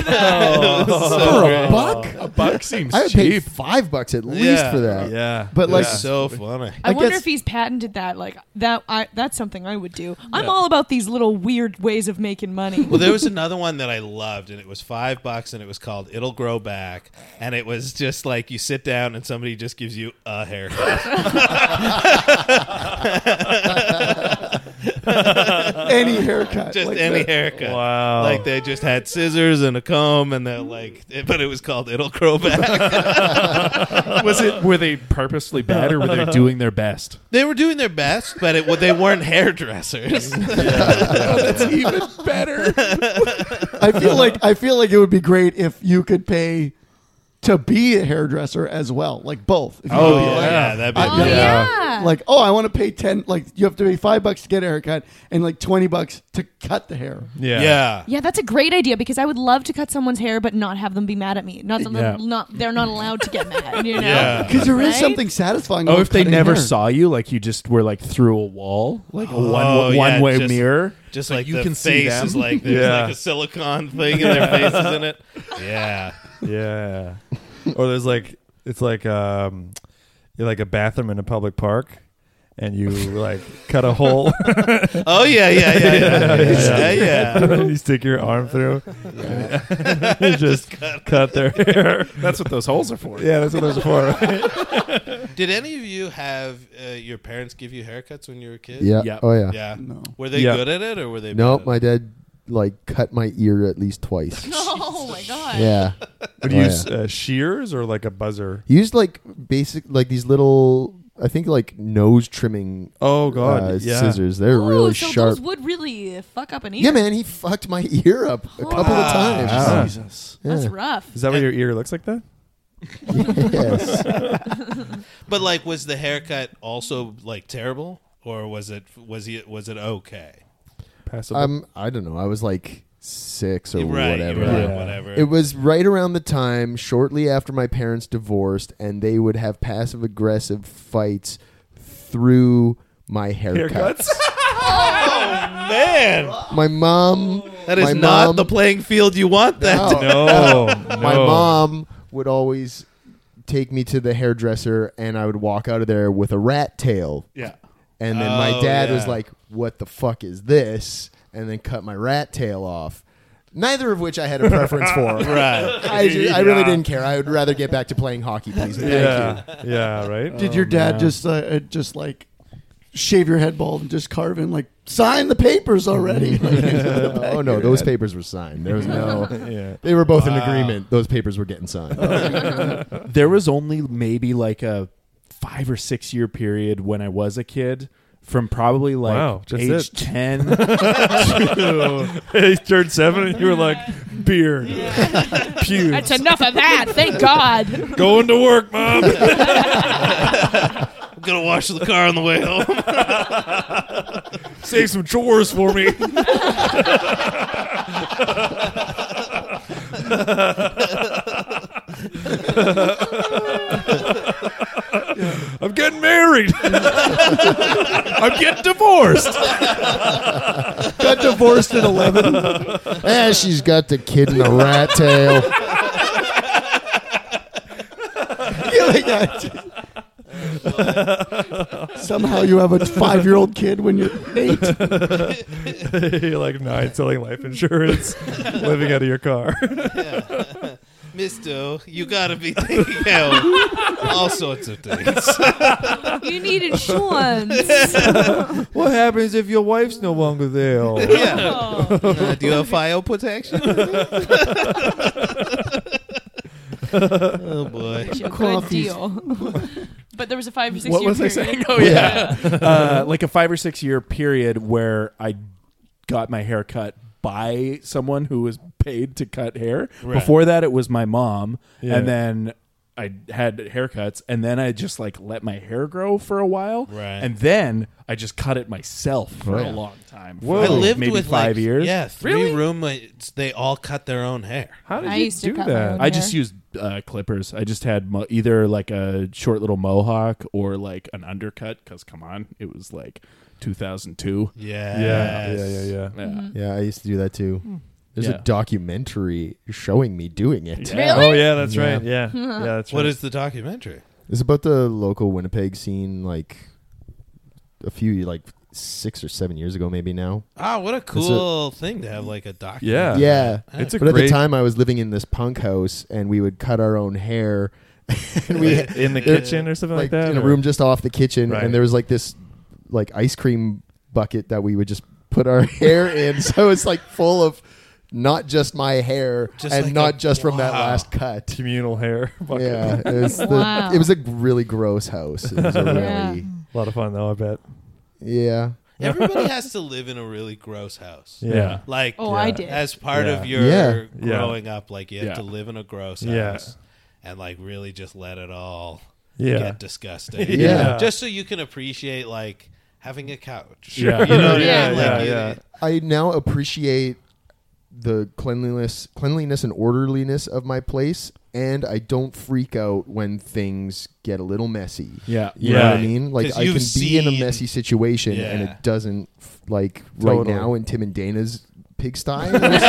Speaker 7: love that.
Speaker 6: for
Speaker 5: great.
Speaker 6: a buck,
Speaker 5: A buck seems
Speaker 6: I would pay
Speaker 5: cheap.
Speaker 6: five bucks at least
Speaker 5: Yeah.
Speaker 6: for that.
Speaker 5: Yeah.
Speaker 6: but
Speaker 5: It
Speaker 6: like
Speaker 5: was so funny.
Speaker 6: I,
Speaker 4: I, wonder
Speaker 6: guess
Speaker 4: if he's patented that. Like that, I, that's something I would do. I'm
Speaker 5: Yeah.
Speaker 4: all about these little weird ways of making money.
Speaker 5: Well, there was another one that I loved, and it was five bucks, and it was called "It'll Grow Back," and it was just like you sit down and somebody just gives you a haircut.
Speaker 7: Any haircut,
Speaker 5: just
Speaker 7: like
Speaker 5: any
Speaker 7: that.
Speaker 5: haircut.
Speaker 3: Wow.
Speaker 5: like they just had scissors and a comb, and they're like, but it was called "It'll Grow Back."
Speaker 19: Was it were they purposely bad or were they doing their best?
Speaker 5: They were doing their best, but it, they weren't hairdressers.
Speaker 19: That's even better.
Speaker 7: I feel like I feel like it would be great if you could pay to be a hairdresser as well, like both. If you
Speaker 5: Oh,
Speaker 7: could be
Speaker 5: yeah,
Speaker 7: like-
Speaker 5: yeah, that'd be
Speaker 7: I-
Speaker 5: good. Yeah.
Speaker 7: Like, oh, I want to pay ten. Like, you have to pay five bucks to get a haircut and like twenty bucks to cut the hair.
Speaker 3: Yeah.
Speaker 5: Yeah.
Speaker 4: Yeah, that's a great idea because I would love to cut someone's hair but not have them be mad at me. Not that
Speaker 19: Yeah.
Speaker 4: they're not they're not allowed to get mad. You know,
Speaker 19: Yeah.
Speaker 7: because there is
Speaker 4: Right?
Speaker 7: something satisfying.
Speaker 19: Oh,
Speaker 7: about
Speaker 19: if they
Speaker 7: cutting
Speaker 19: never
Speaker 7: hair.
Speaker 19: saw you, like you just were like through a wall, like a
Speaker 5: Oh,
Speaker 19: one one
Speaker 5: yeah,
Speaker 19: way
Speaker 5: just-
Speaker 19: mirror.
Speaker 5: Just
Speaker 19: So
Speaker 5: like
Speaker 19: you
Speaker 5: the
Speaker 19: can see
Speaker 5: face
Speaker 19: them.
Speaker 5: is like there's
Speaker 3: Yeah.
Speaker 5: like a silicone thing and their face is in it. Yeah.
Speaker 3: Yeah. or there's like it's like um you're like a bathroom in a public park and you like cut a hole.
Speaker 5: Oh, yeah, yeah, yeah, yeah. Yeah, yeah.
Speaker 3: you stick your arm through.
Speaker 5: Yeah.
Speaker 3: and you just, cut. their hair.
Speaker 19: That's what those holes are for.
Speaker 3: Yeah, that's what those are for.
Speaker 5: Did any of you have uh, your parents give you haircuts when you were a kid?
Speaker 6: Yeah. Yeah. Oh, yeah.
Speaker 5: Yeah. Were they
Speaker 6: Yeah.
Speaker 5: good at it or were they?
Speaker 6: nope. My dad like cut my ear at least twice.
Speaker 4: Oh my god.
Speaker 6: yeah.
Speaker 3: Would you
Speaker 6: Oh,
Speaker 3: use
Speaker 6: yeah.
Speaker 3: uh, shears or like a buzzer?
Speaker 6: He used like basic like these little I think like nose trimming.
Speaker 3: Oh, God,
Speaker 6: uh,
Speaker 3: yeah.
Speaker 6: scissors. They're
Speaker 4: Ooh,
Speaker 6: really
Speaker 4: so
Speaker 6: sharp.
Speaker 4: those would really fuck up an ear.
Speaker 6: Yeah, man, he fucked my ear up a couple
Speaker 4: Wow.
Speaker 6: of times.
Speaker 8: Oh.
Speaker 3: Wow.
Speaker 5: Jesus.
Speaker 4: That's rough.
Speaker 3: Is that why your ear looks like that?
Speaker 5: But like, was the haircut also like terrible, or was it was he was it okay?
Speaker 3: Passable.
Speaker 6: Um, I don't know. I was like six or
Speaker 5: You're right,
Speaker 6: whatever.
Speaker 5: you're right, Yeah. whatever.
Speaker 6: It was right around the time, shortly after my parents divorced, and they would have passive aggressive fights through my haircut.
Speaker 5: Haircuts? oh man,
Speaker 6: My mom.
Speaker 5: that is
Speaker 6: my
Speaker 5: not
Speaker 6: mom-
Speaker 5: the playing field you want. That to-
Speaker 6: my mom would always take me to the hairdresser, and I would walk out of there with a rat tail.
Speaker 19: Yeah.
Speaker 6: And then
Speaker 5: Oh,
Speaker 6: my dad was
Speaker 5: yeah.
Speaker 6: like, "What the fuck is this?" And then cut my rat tail off. Neither of which I had a preference for.
Speaker 5: Right.
Speaker 6: I, ju- I really
Speaker 5: Yeah.
Speaker 6: didn't care. I would rather get back to playing hockey, please. Thank
Speaker 3: yeah.
Speaker 6: you.
Speaker 3: Yeah, right?
Speaker 7: Did
Speaker 6: "Oh,
Speaker 7: your dad just uh, uh, just like shave your head bald and just carve in like sign the papers already?
Speaker 6: oh no, those papers were signed. There was no.
Speaker 3: Yeah.
Speaker 6: They were both in
Speaker 3: Wow.
Speaker 6: agreement. Those papers were getting signed.
Speaker 19: there was only maybe like a five or six year period when I was a kid from probably like
Speaker 3: Wow, just
Speaker 19: age
Speaker 3: it.
Speaker 19: 10 to
Speaker 3: he turned seven and you were like, beard.
Speaker 4: That's enough of that. Thank God.
Speaker 3: Going to work, mom.
Speaker 5: I'm gonna wash the car on the way home.
Speaker 3: Save some chores for me. I'm getting married. I'm getting divorced.
Speaker 6: got divorced at Eh, 11. ah, she's got the kid in the rat tail.
Speaker 20: Somehow you have a five-year-old kid when you're eight.
Speaker 3: you're like nine, selling life insurance, living out of your car.
Speaker 5: Yeah. Mister, you gotta be taking care of all sorts of things.
Speaker 21: You need insurance.
Speaker 3: what happens if your wife's no longer there?
Speaker 5: Yeah.
Speaker 4: Oh,
Speaker 5: Uh, do you have fire protection? oh boy.
Speaker 4: Which a good
Speaker 6: Coffees.
Speaker 4: deal. but there was a five or six
Speaker 6: what
Speaker 4: year
Speaker 6: was I
Speaker 4: period.
Speaker 6: saying? Oh yeah, uh, like a five or six year period where I got my hair cut by someone who was paid to cut hair.
Speaker 22: Right.
Speaker 6: Before that, it was my mom,
Speaker 22: Yeah.
Speaker 6: and then I had haircuts, and then I just like let my hair grow for a while,
Speaker 5: Right.
Speaker 6: and then I just cut it myself for a
Speaker 5: Right.
Speaker 6: long time. For
Speaker 5: I lived
Speaker 6: Oh, maybe
Speaker 5: with
Speaker 6: five
Speaker 5: like,
Speaker 6: years.
Speaker 5: Yeah, three roommates. They all cut their own hair.
Speaker 6: How
Speaker 4: did I you used to do cut my that? own
Speaker 6: I just
Speaker 4: hair.
Speaker 6: used uh, clippers. I just had mo- either like a short little mohawk or like an undercut. Because come on, it was like 2002.
Speaker 5: Yeah,
Speaker 6: yeah, yeah, yeah.
Speaker 7: Yeah, I used to do that too. There's
Speaker 6: Yeah.
Speaker 7: a documentary showing me doing it.
Speaker 3: Oh yeah, that's right. Yeah, yeah, that's right.
Speaker 5: What is the documentary?
Speaker 7: It's about the local Winnipeg scene, like a few, like six or seven years ago, maybe now.
Speaker 5: Ah, what a
Speaker 7: It's
Speaker 5: cool thing to have like a doc.
Speaker 7: Yeah.
Speaker 5: It's
Speaker 7: It's
Speaker 5: a
Speaker 7: but at
Speaker 5: great-
Speaker 7: the time, I was living in this punk house, and we would cut our own hair. and we
Speaker 3: In the kitchen or something like that,
Speaker 7: In a
Speaker 3: or-
Speaker 7: room just off the kitchen,
Speaker 3: Right.
Speaker 7: and there was like this, like ice cream bucket that we would just put our hair in. So it's like full of. Not just my hair,
Speaker 3: Just
Speaker 7: and
Speaker 3: like
Speaker 7: not
Speaker 3: a-
Speaker 7: just from that
Speaker 3: wow.
Speaker 7: last cut.
Speaker 3: Communal hair. bucket.
Speaker 7: Yeah, it was, the- it was a really gross house. It was a really
Speaker 5: Yeah.
Speaker 3: a lot of fun though. I bet.
Speaker 7: yeah.
Speaker 5: Everybody has to live in a really gross house.
Speaker 3: Yeah.
Speaker 5: Like
Speaker 4: Oh, I did.
Speaker 5: as part
Speaker 3: Yeah.
Speaker 5: of your
Speaker 3: Yeah. Yeah.
Speaker 5: growing up, like you have
Speaker 3: Yeah.
Speaker 5: to live in a gross
Speaker 3: Yeah.
Speaker 5: house and like really just let it all
Speaker 3: Yeah.
Speaker 5: get disgusting.
Speaker 7: Yeah.
Speaker 5: Just so you can appreciate like having a couch.
Speaker 7: Yeah.
Speaker 5: You know what I
Speaker 7: Yeah,
Speaker 5: mean?
Speaker 7: yeah,
Speaker 5: like, you-
Speaker 7: yeah. I now appreciate the cleanliness, cleanliness and orderliness of my place, and I don't freak out when things get a little messy.
Speaker 6: Yeah.
Speaker 7: you know what I
Speaker 6: Right.
Speaker 7: mean. Like
Speaker 6: 'Cause
Speaker 7: I
Speaker 6: you've
Speaker 7: can be in a
Speaker 6: seen-
Speaker 7: messy situation, and
Speaker 6: Yeah.
Speaker 7: it doesn't f- like right
Speaker 6: Totally.
Speaker 7: now in Tim and Dana's pigsty. or something.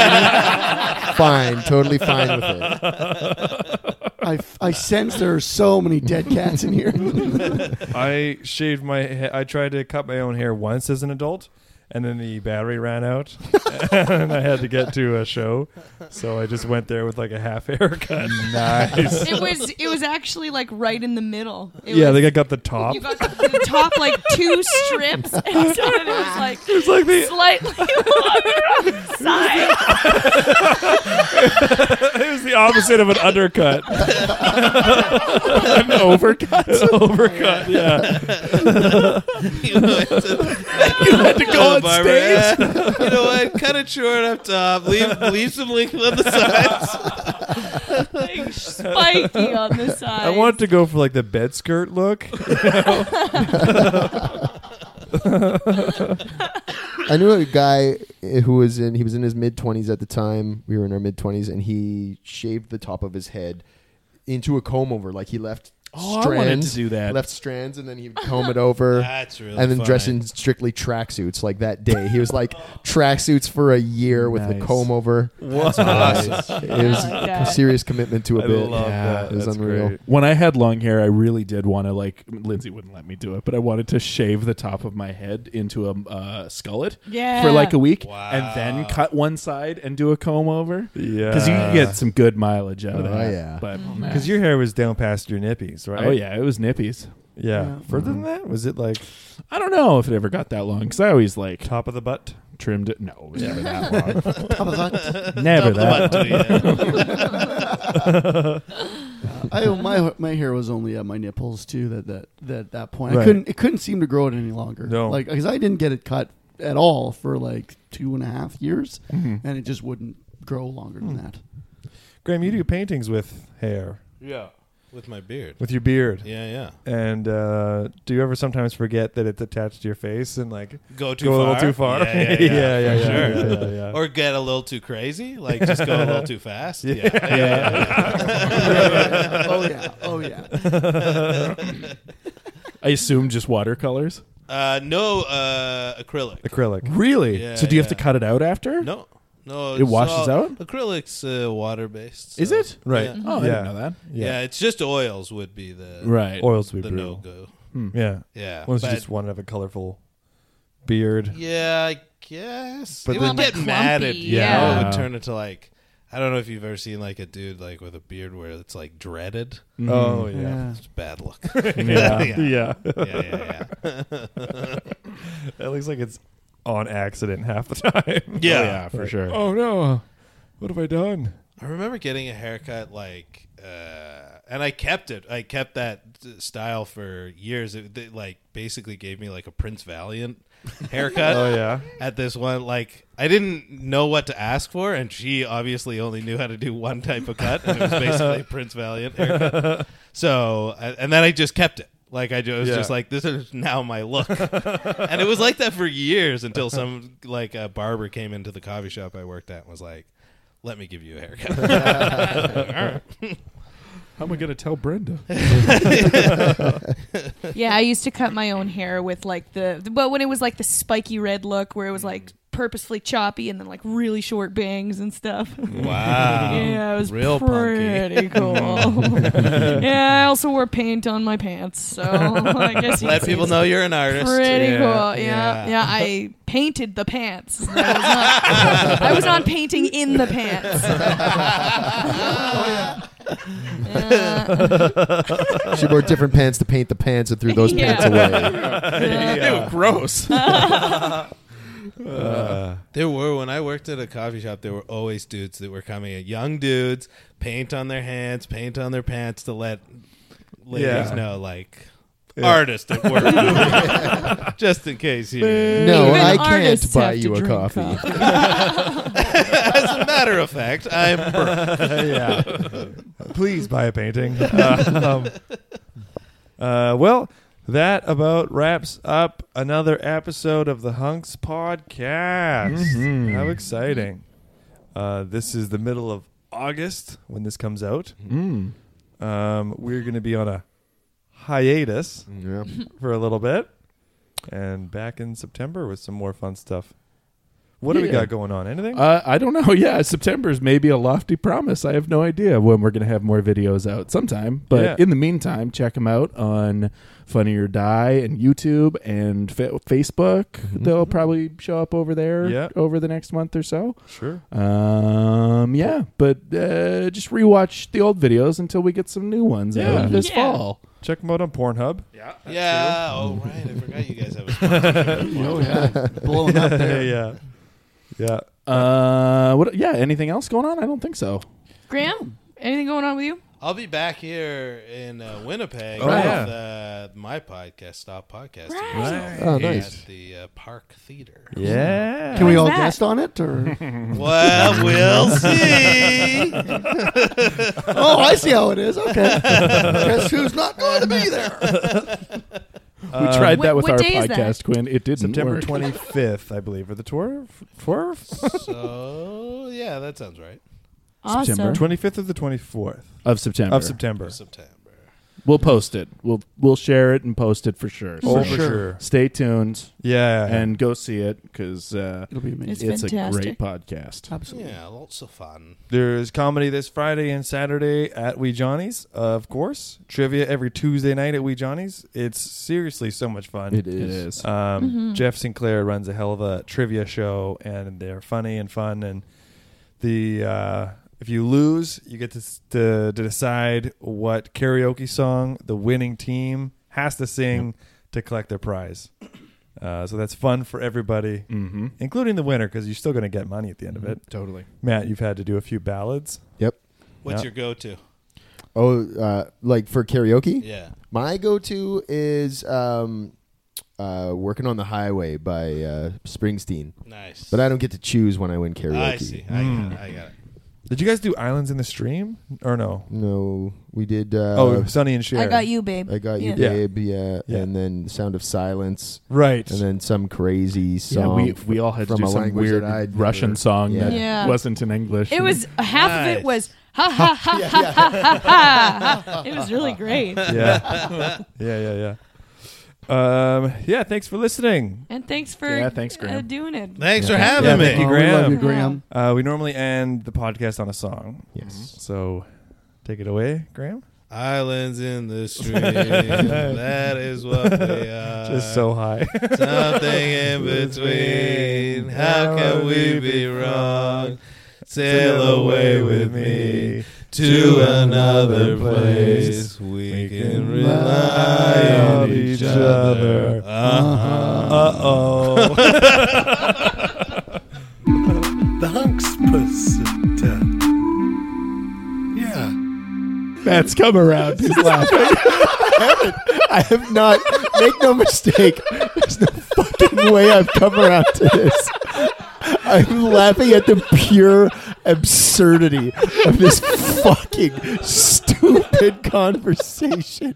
Speaker 7: fine, totally fine with it.
Speaker 20: I, I sense there are so many dead cats in here.
Speaker 3: I shaved my. ha- I tried to cut my own hair once as an adult, and then the battery ran out, and I had to get to a show, so I just went there with like a half haircut. Nice.
Speaker 4: It was it was actually like right in the middle. It
Speaker 3: yeah,
Speaker 4: was,
Speaker 3: I think I got the top.
Speaker 4: you got the, the top like two strips, and so it was like
Speaker 3: It's like the-
Speaker 4: slightly longer on the side.
Speaker 3: it was the opposite of an undercut. an
Speaker 6: overcut.
Speaker 3: Oh overcut. Yeah.
Speaker 5: you know, it's a-
Speaker 6: You had to go on
Speaker 5: Barbara,
Speaker 6: stage.
Speaker 5: eh, you know what? Cut it short up top. Leave leave some length on the sides.
Speaker 4: Like spiky on the side.
Speaker 3: I wanted to go for like the bed skirt look. you know?
Speaker 7: I knew a guy eh, who was in he was in his mid twenties at the time. We were in our mid twenties, and he shaved the top of his head into a comb over. Like he left
Speaker 6: Oh, I wanted
Speaker 7: strands,
Speaker 6: to do that.
Speaker 7: left strands, and then he'd comb it over.
Speaker 5: That's really
Speaker 7: and then dress
Speaker 5: funny.
Speaker 7: in strictly tracksuits. Like that day, he was like tracksuits for a year with the
Speaker 6: Nice.
Speaker 7: comb over.
Speaker 6: That's
Speaker 7: It was
Speaker 6: awesome. I like
Speaker 7: a
Speaker 6: that.
Speaker 4: Oh,
Speaker 7: serious commitment to a
Speaker 6: I
Speaker 7: bit.
Speaker 6: love that.
Speaker 7: It was
Speaker 6: That's
Speaker 7: unreal.
Speaker 6: great. When I had long hair, I really did want to like Lindsay wouldn't let me do it, but I wanted to shave the top of my head into a uh, skullet
Speaker 22: Yeah.
Speaker 6: for like a week,
Speaker 22: Wow.
Speaker 6: and then cut one side and do a comb over.
Speaker 3: Yeah, Oh,
Speaker 6: because you can get some good mileage out of that. but
Speaker 3: because your hair was down past your nippies, right?
Speaker 6: Oh yeah, it was nippies.
Speaker 3: Yeah.
Speaker 6: Yeah.
Speaker 3: Further than that, was it like
Speaker 6: I don't know if it ever got that long because I always like
Speaker 3: top of the butt
Speaker 6: trimmed it. No, it was never
Speaker 3: Yeah.
Speaker 6: that long.
Speaker 3: Top of the butt.
Speaker 6: never
Speaker 3: Top of the
Speaker 6: that. long.
Speaker 20: I my my hair was only at my nipples too. That that that that point,
Speaker 3: Right.
Speaker 20: I couldn't it couldn't seem to grow it any longer.
Speaker 3: No.
Speaker 20: like because I didn't get it cut at all for like two and a half years,
Speaker 3: Mhm.
Speaker 5: Mm-hmm.
Speaker 20: and it just wouldn't grow longer
Speaker 5: Hmm.
Speaker 20: than that.
Speaker 3: Graham? You do paintings with hair,
Speaker 5: yeah. With my beard.
Speaker 3: with your beard.
Speaker 5: Yeah, yeah.
Speaker 3: And uh, do you ever sometimes forget that it's attached to your face and like
Speaker 5: go too
Speaker 3: a
Speaker 5: far.
Speaker 3: little too far?
Speaker 5: Yeah, yeah, yeah.
Speaker 3: yeah,
Speaker 5: for
Speaker 3: yeah,
Speaker 5: sure.
Speaker 3: yeah, yeah.
Speaker 5: Or get a little too crazy, like just go a little too fast. Yeah.
Speaker 3: Yeah.
Speaker 5: yeah.
Speaker 20: Oh, yeah. Oh, yeah.
Speaker 6: I assume just watercolors.
Speaker 5: Uh, no uh, acrylic.
Speaker 3: Acrylic.
Speaker 6: Really?
Speaker 5: Yeah,
Speaker 6: so do you have to
Speaker 5: yeah.
Speaker 6: cut it out after?
Speaker 5: No. No,
Speaker 6: It
Speaker 5: it's
Speaker 6: washes
Speaker 5: all-
Speaker 6: out?
Speaker 5: Acrylic's uh, water based.
Speaker 6: Is it? Right.
Speaker 5: Yeah.
Speaker 6: Oh, I didn't know that.
Speaker 5: Yeah.
Speaker 6: Yeah.
Speaker 5: it's just oils would be the
Speaker 6: Right.
Speaker 3: Oils would be
Speaker 5: the no
Speaker 3: brutal.
Speaker 5: go.
Speaker 3: Yeah.
Speaker 5: yeah.
Speaker 3: Unless you
Speaker 5: but-
Speaker 3: just want to have a colorful beard.
Speaker 5: Yeah, I guess.
Speaker 3: But
Speaker 5: But it would
Speaker 3: then-
Speaker 5: get mad at
Speaker 3: Clumpy,
Speaker 5: you.
Speaker 3: yeah.
Speaker 5: It would turn into like I don't know if you've ever seen like a dude like with a beard where it's like dreaded.
Speaker 3: Mhm. Oh,
Speaker 5: Mm-hmm.
Speaker 3: yeah.
Speaker 5: It's bad luck.
Speaker 3: yeah. Oh,
Speaker 5: yeah.
Speaker 3: Yeah.
Speaker 5: Yeah, yeah, yeah.
Speaker 3: that looks like it's on accident half the time.
Speaker 5: Yeah. Yeah, for
Speaker 3: Like,
Speaker 5: sure.
Speaker 3: Oh no. What have I done?
Speaker 5: I remember getting a haircut like, uh, and I kept it. I kept that uh, style for years. It, they, like basically gave me like a Prince Valiant haircut.
Speaker 3: Oh, yeah.
Speaker 5: At this one, like I didn't know what to ask for, and she obviously only knew how to do one type of cut, and it was basically a Prince Valiant haircut. So, I- and then I just kept it. Like I do, I was
Speaker 3: Yeah.
Speaker 5: just like, this is now my look, and it was like that for years until some like a barber came into the coffee shop I worked at and was like, "Let me give you a haircut." All right.
Speaker 6: How am I gonna tell Brenda?
Speaker 4: yeah, I used to cut my own hair with like the, but when it was like the spiky red look where it was like purposefully choppy and then like really short bangs and stuff.
Speaker 5: Wow.
Speaker 4: yeah, it was
Speaker 5: Real
Speaker 4: pretty cool. yeah, I also wore paint on my pants, so I guess you
Speaker 5: Let
Speaker 4: could say
Speaker 5: people
Speaker 4: it's
Speaker 5: know you're an artist.
Speaker 4: Pretty
Speaker 5: Yeah.
Speaker 4: cool. Yeah,
Speaker 5: Yeah.
Speaker 4: yeah. I painted the pants. I was not, I was not painting in the pants. Yeah.
Speaker 8: she wore different pants to paint the pants and threw those
Speaker 4: Yeah.
Speaker 8: pants away.
Speaker 4: Yeah.
Speaker 5: They were gross.
Speaker 3: Uh.
Speaker 5: there were when I worked at a coffee shop. There were always dudes that were coming in, young dudes, paint on their hands, paint on their pants to let ladies
Speaker 3: Yeah.
Speaker 5: know, like
Speaker 3: Yeah.
Speaker 5: artist at work, just in case you.
Speaker 8: No, Even I can't artists buy have to you a drink coffee. coffee.
Speaker 5: As a matter of fact, I'm broke.
Speaker 3: yeah. Please buy a painting. Um, uh, well, that about wraps up another episode of the Hunks podcast.
Speaker 6: Mhm.
Speaker 3: How exciting! Uh, this is the middle of August when this comes out.
Speaker 6: Mm.
Speaker 3: Um, we're going to be on a hiatus for a little bit, and back in September with some more fun stuff. What do we
Speaker 6: Yeah.
Speaker 3: got going on? Anything?
Speaker 6: Uh, I don't know. Yeah, September is maybe a lofty promise. I have no idea when we're going to have more videos out sometime. But
Speaker 3: Yeah.
Speaker 6: in the meantime, check them out on Funny or Die and YouTube and fa- Facebook.
Speaker 5: Mm-hmm.
Speaker 6: They'll probably show up over there
Speaker 3: Yeah.
Speaker 6: over the next month or so.
Speaker 3: Sure.
Speaker 6: Um, yeah, but uh, just rewatch the old videos until we get some new ones out this
Speaker 5: Yeah.
Speaker 6: fall.
Speaker 3: Check them out on Pornhub. Yeah.
Speaker 5: Yeah. Oh right, I forgot you guys have a sponsorship.
Speaker 3: yeah. Yeah.
Speaker 6: Uh, what? Yeah. Anything else going on? I don't think so.
Speaker 4: Graham, anything going on with you?
Speaker 5: I'll be back here in uh, Winnipeg
Speaker 6: Oh,
Speaker 5: with
Speaker 6: yeah.
Speaker 5: uh, my podcast, Stop Podcasting.
Speaker 4: Right.
Speaker 5: myself
Speaker 8: Oh,
Speaker 5: here
Speaker 8: nice.
Speaker 5: At the uh, Park Theater.
Speaker 8: Yeah. Can we all guest on it? Or?
Speaker 5: Well, we'll see.
Speaker 8: oh, I see how it is. Okay. Guess who's not going to be there?
Speaker 6: we
Speaker 3: Uh,
Speaker 6: tried
Speaker 3: Wh-
Speaker 6: that with
Speaker 3: what
Speaker 6: our
Speaker 3: day is that?
Speaker 6: podcast, Quinn. It didn't
Speaker 3: September
Speaker 6: work.
Speaker 3: twenty fifth, I believe, or the tour
Speaker 5: so yeah, that sounds right.
Speaker 3: September twenty fifth or the twenty fourth
Speaker 6: Of September.
Speaker 3: of September.
Speaker 6: We'll post it. We'll we'll share it and post it for sure.
Speaker 3: Oh, for sure.
Speaker 6: Stay tuned.
Speaker 3: Yeah.
Speaker 6: and go see it because uh, it'll be
Speaker 5: amazing.
Speaker 6: It's,
Speaker 5: It's
Speaker 6: a great
Speaker 5: fantastic.
Speaker 6: podcast.
Speaker 5: Absolutely. Yeah, lots of fun.
Speaker 3: There's comedy this Friday and Saturday at Wee Johnny's, of course. Trivia every Tuesday night at Wee Johnny's. It's seriously so much fun.
Speaker 6: It is. It is.
Speaker 3: Um,
Speaker 4: Mm-hmm.
Speaker 6: Mhm.
Speaker 3: Jeff Sinclair runs a hell of a trivia show, and they're funny and fun. And the uh, if you lose, you get to, s- to to decide what karaoke song the winning team has to sing to collect their prize. Uh, so that's fun for everybody,
Speaker 6: Mhm.
Speaker 3: including the winner, because you're still going to get money at the end of it.
Speaker 6: Totally.
Speaker 3: Matt, you've had to do a few ballads.
Speaker 8: Yep.
Speaker 5: What's
Speaker 3: Yeah.
Speaker 5: your go-to?
Speaker 8: Oh, uh, like for karaoke?
Speaker 5: Yeah.
Speaker 8: My go-to is um, uh, "Working on the Highway" by uh, Springsteen.
Speaker 5: Nice.
Speaker 8: But I don't get to choose when I win karaoke.
Speaker 5: I see. I got it. I got it.
Speaker 3: Did you guys do Islands in the Stream or no?
Speaker 8: No, we did. Uh,
Speaker 3: Oh, Sonny and Cher.
Speaker 4: I got you, babe.
Speaker 8: I got you,
Speaker 4: Yeah.
Speaker 3: Yeah.
Speaker 8: babe. Yeah. and then "Sound of Silence."
Speaker 3: Right.
Speaker 8: and then some crazy
Speaker 6: Yeah,
Speaker 8: song.
Speaker 6: we we all had to
Speaker 8: from
Speaker 6: do
Speaker 8: a
Speaker 6: some
Speaker 8: language that
Speaker 6: weird
Speaker 8: I'd
Speaker 6: Russian
Speaker 8: never-
Speaker 6: song
Speaker 8: Yeah.
Speaker 6: that
Speaker 4: Yeah.
Speaker 6: wasn't in English.
Speaker 4: It was half of it was
Speaker 5: Nice.
Speaker 4: ha ha ha ha ha ha ha. It was really great.
Speaker 3: yeah, yeah, yeah, yeah. Um, yeah, thanks for listening.
Speaker 4: And thanks for
Speaker 3: Yeah, thanks, Graham.
Speaker 4: Uh, doing it.
Speaker 5: Thanks for having
Speaker 3: Yeah,
Speaker 5: me.
Speaker 3: Thank you,
Speaker 5: Oh, we
Speaker 3: Graham.
Speaker 5: love you, Graham.
Speaker 3: Uh, we normally end the podcast on a song. Yes. So take it away, Graham.
Speaker 5: Islands in the stream. that is what we are.
Speaker 3: Just so high.
Speaker 5: Something in between. How can we be wrong? Sail away with me to another place. We can rely on each other. Uh-huh.
Speaker 23: Uh-oh. the hunks pusita. Yeah.
Speaker 7: Matt's come around. He's laughing. I have not. Make no mistake. There's no fucking way I've come around to this. I'm laughing at the pure absurdity of this fucking stupid conversation.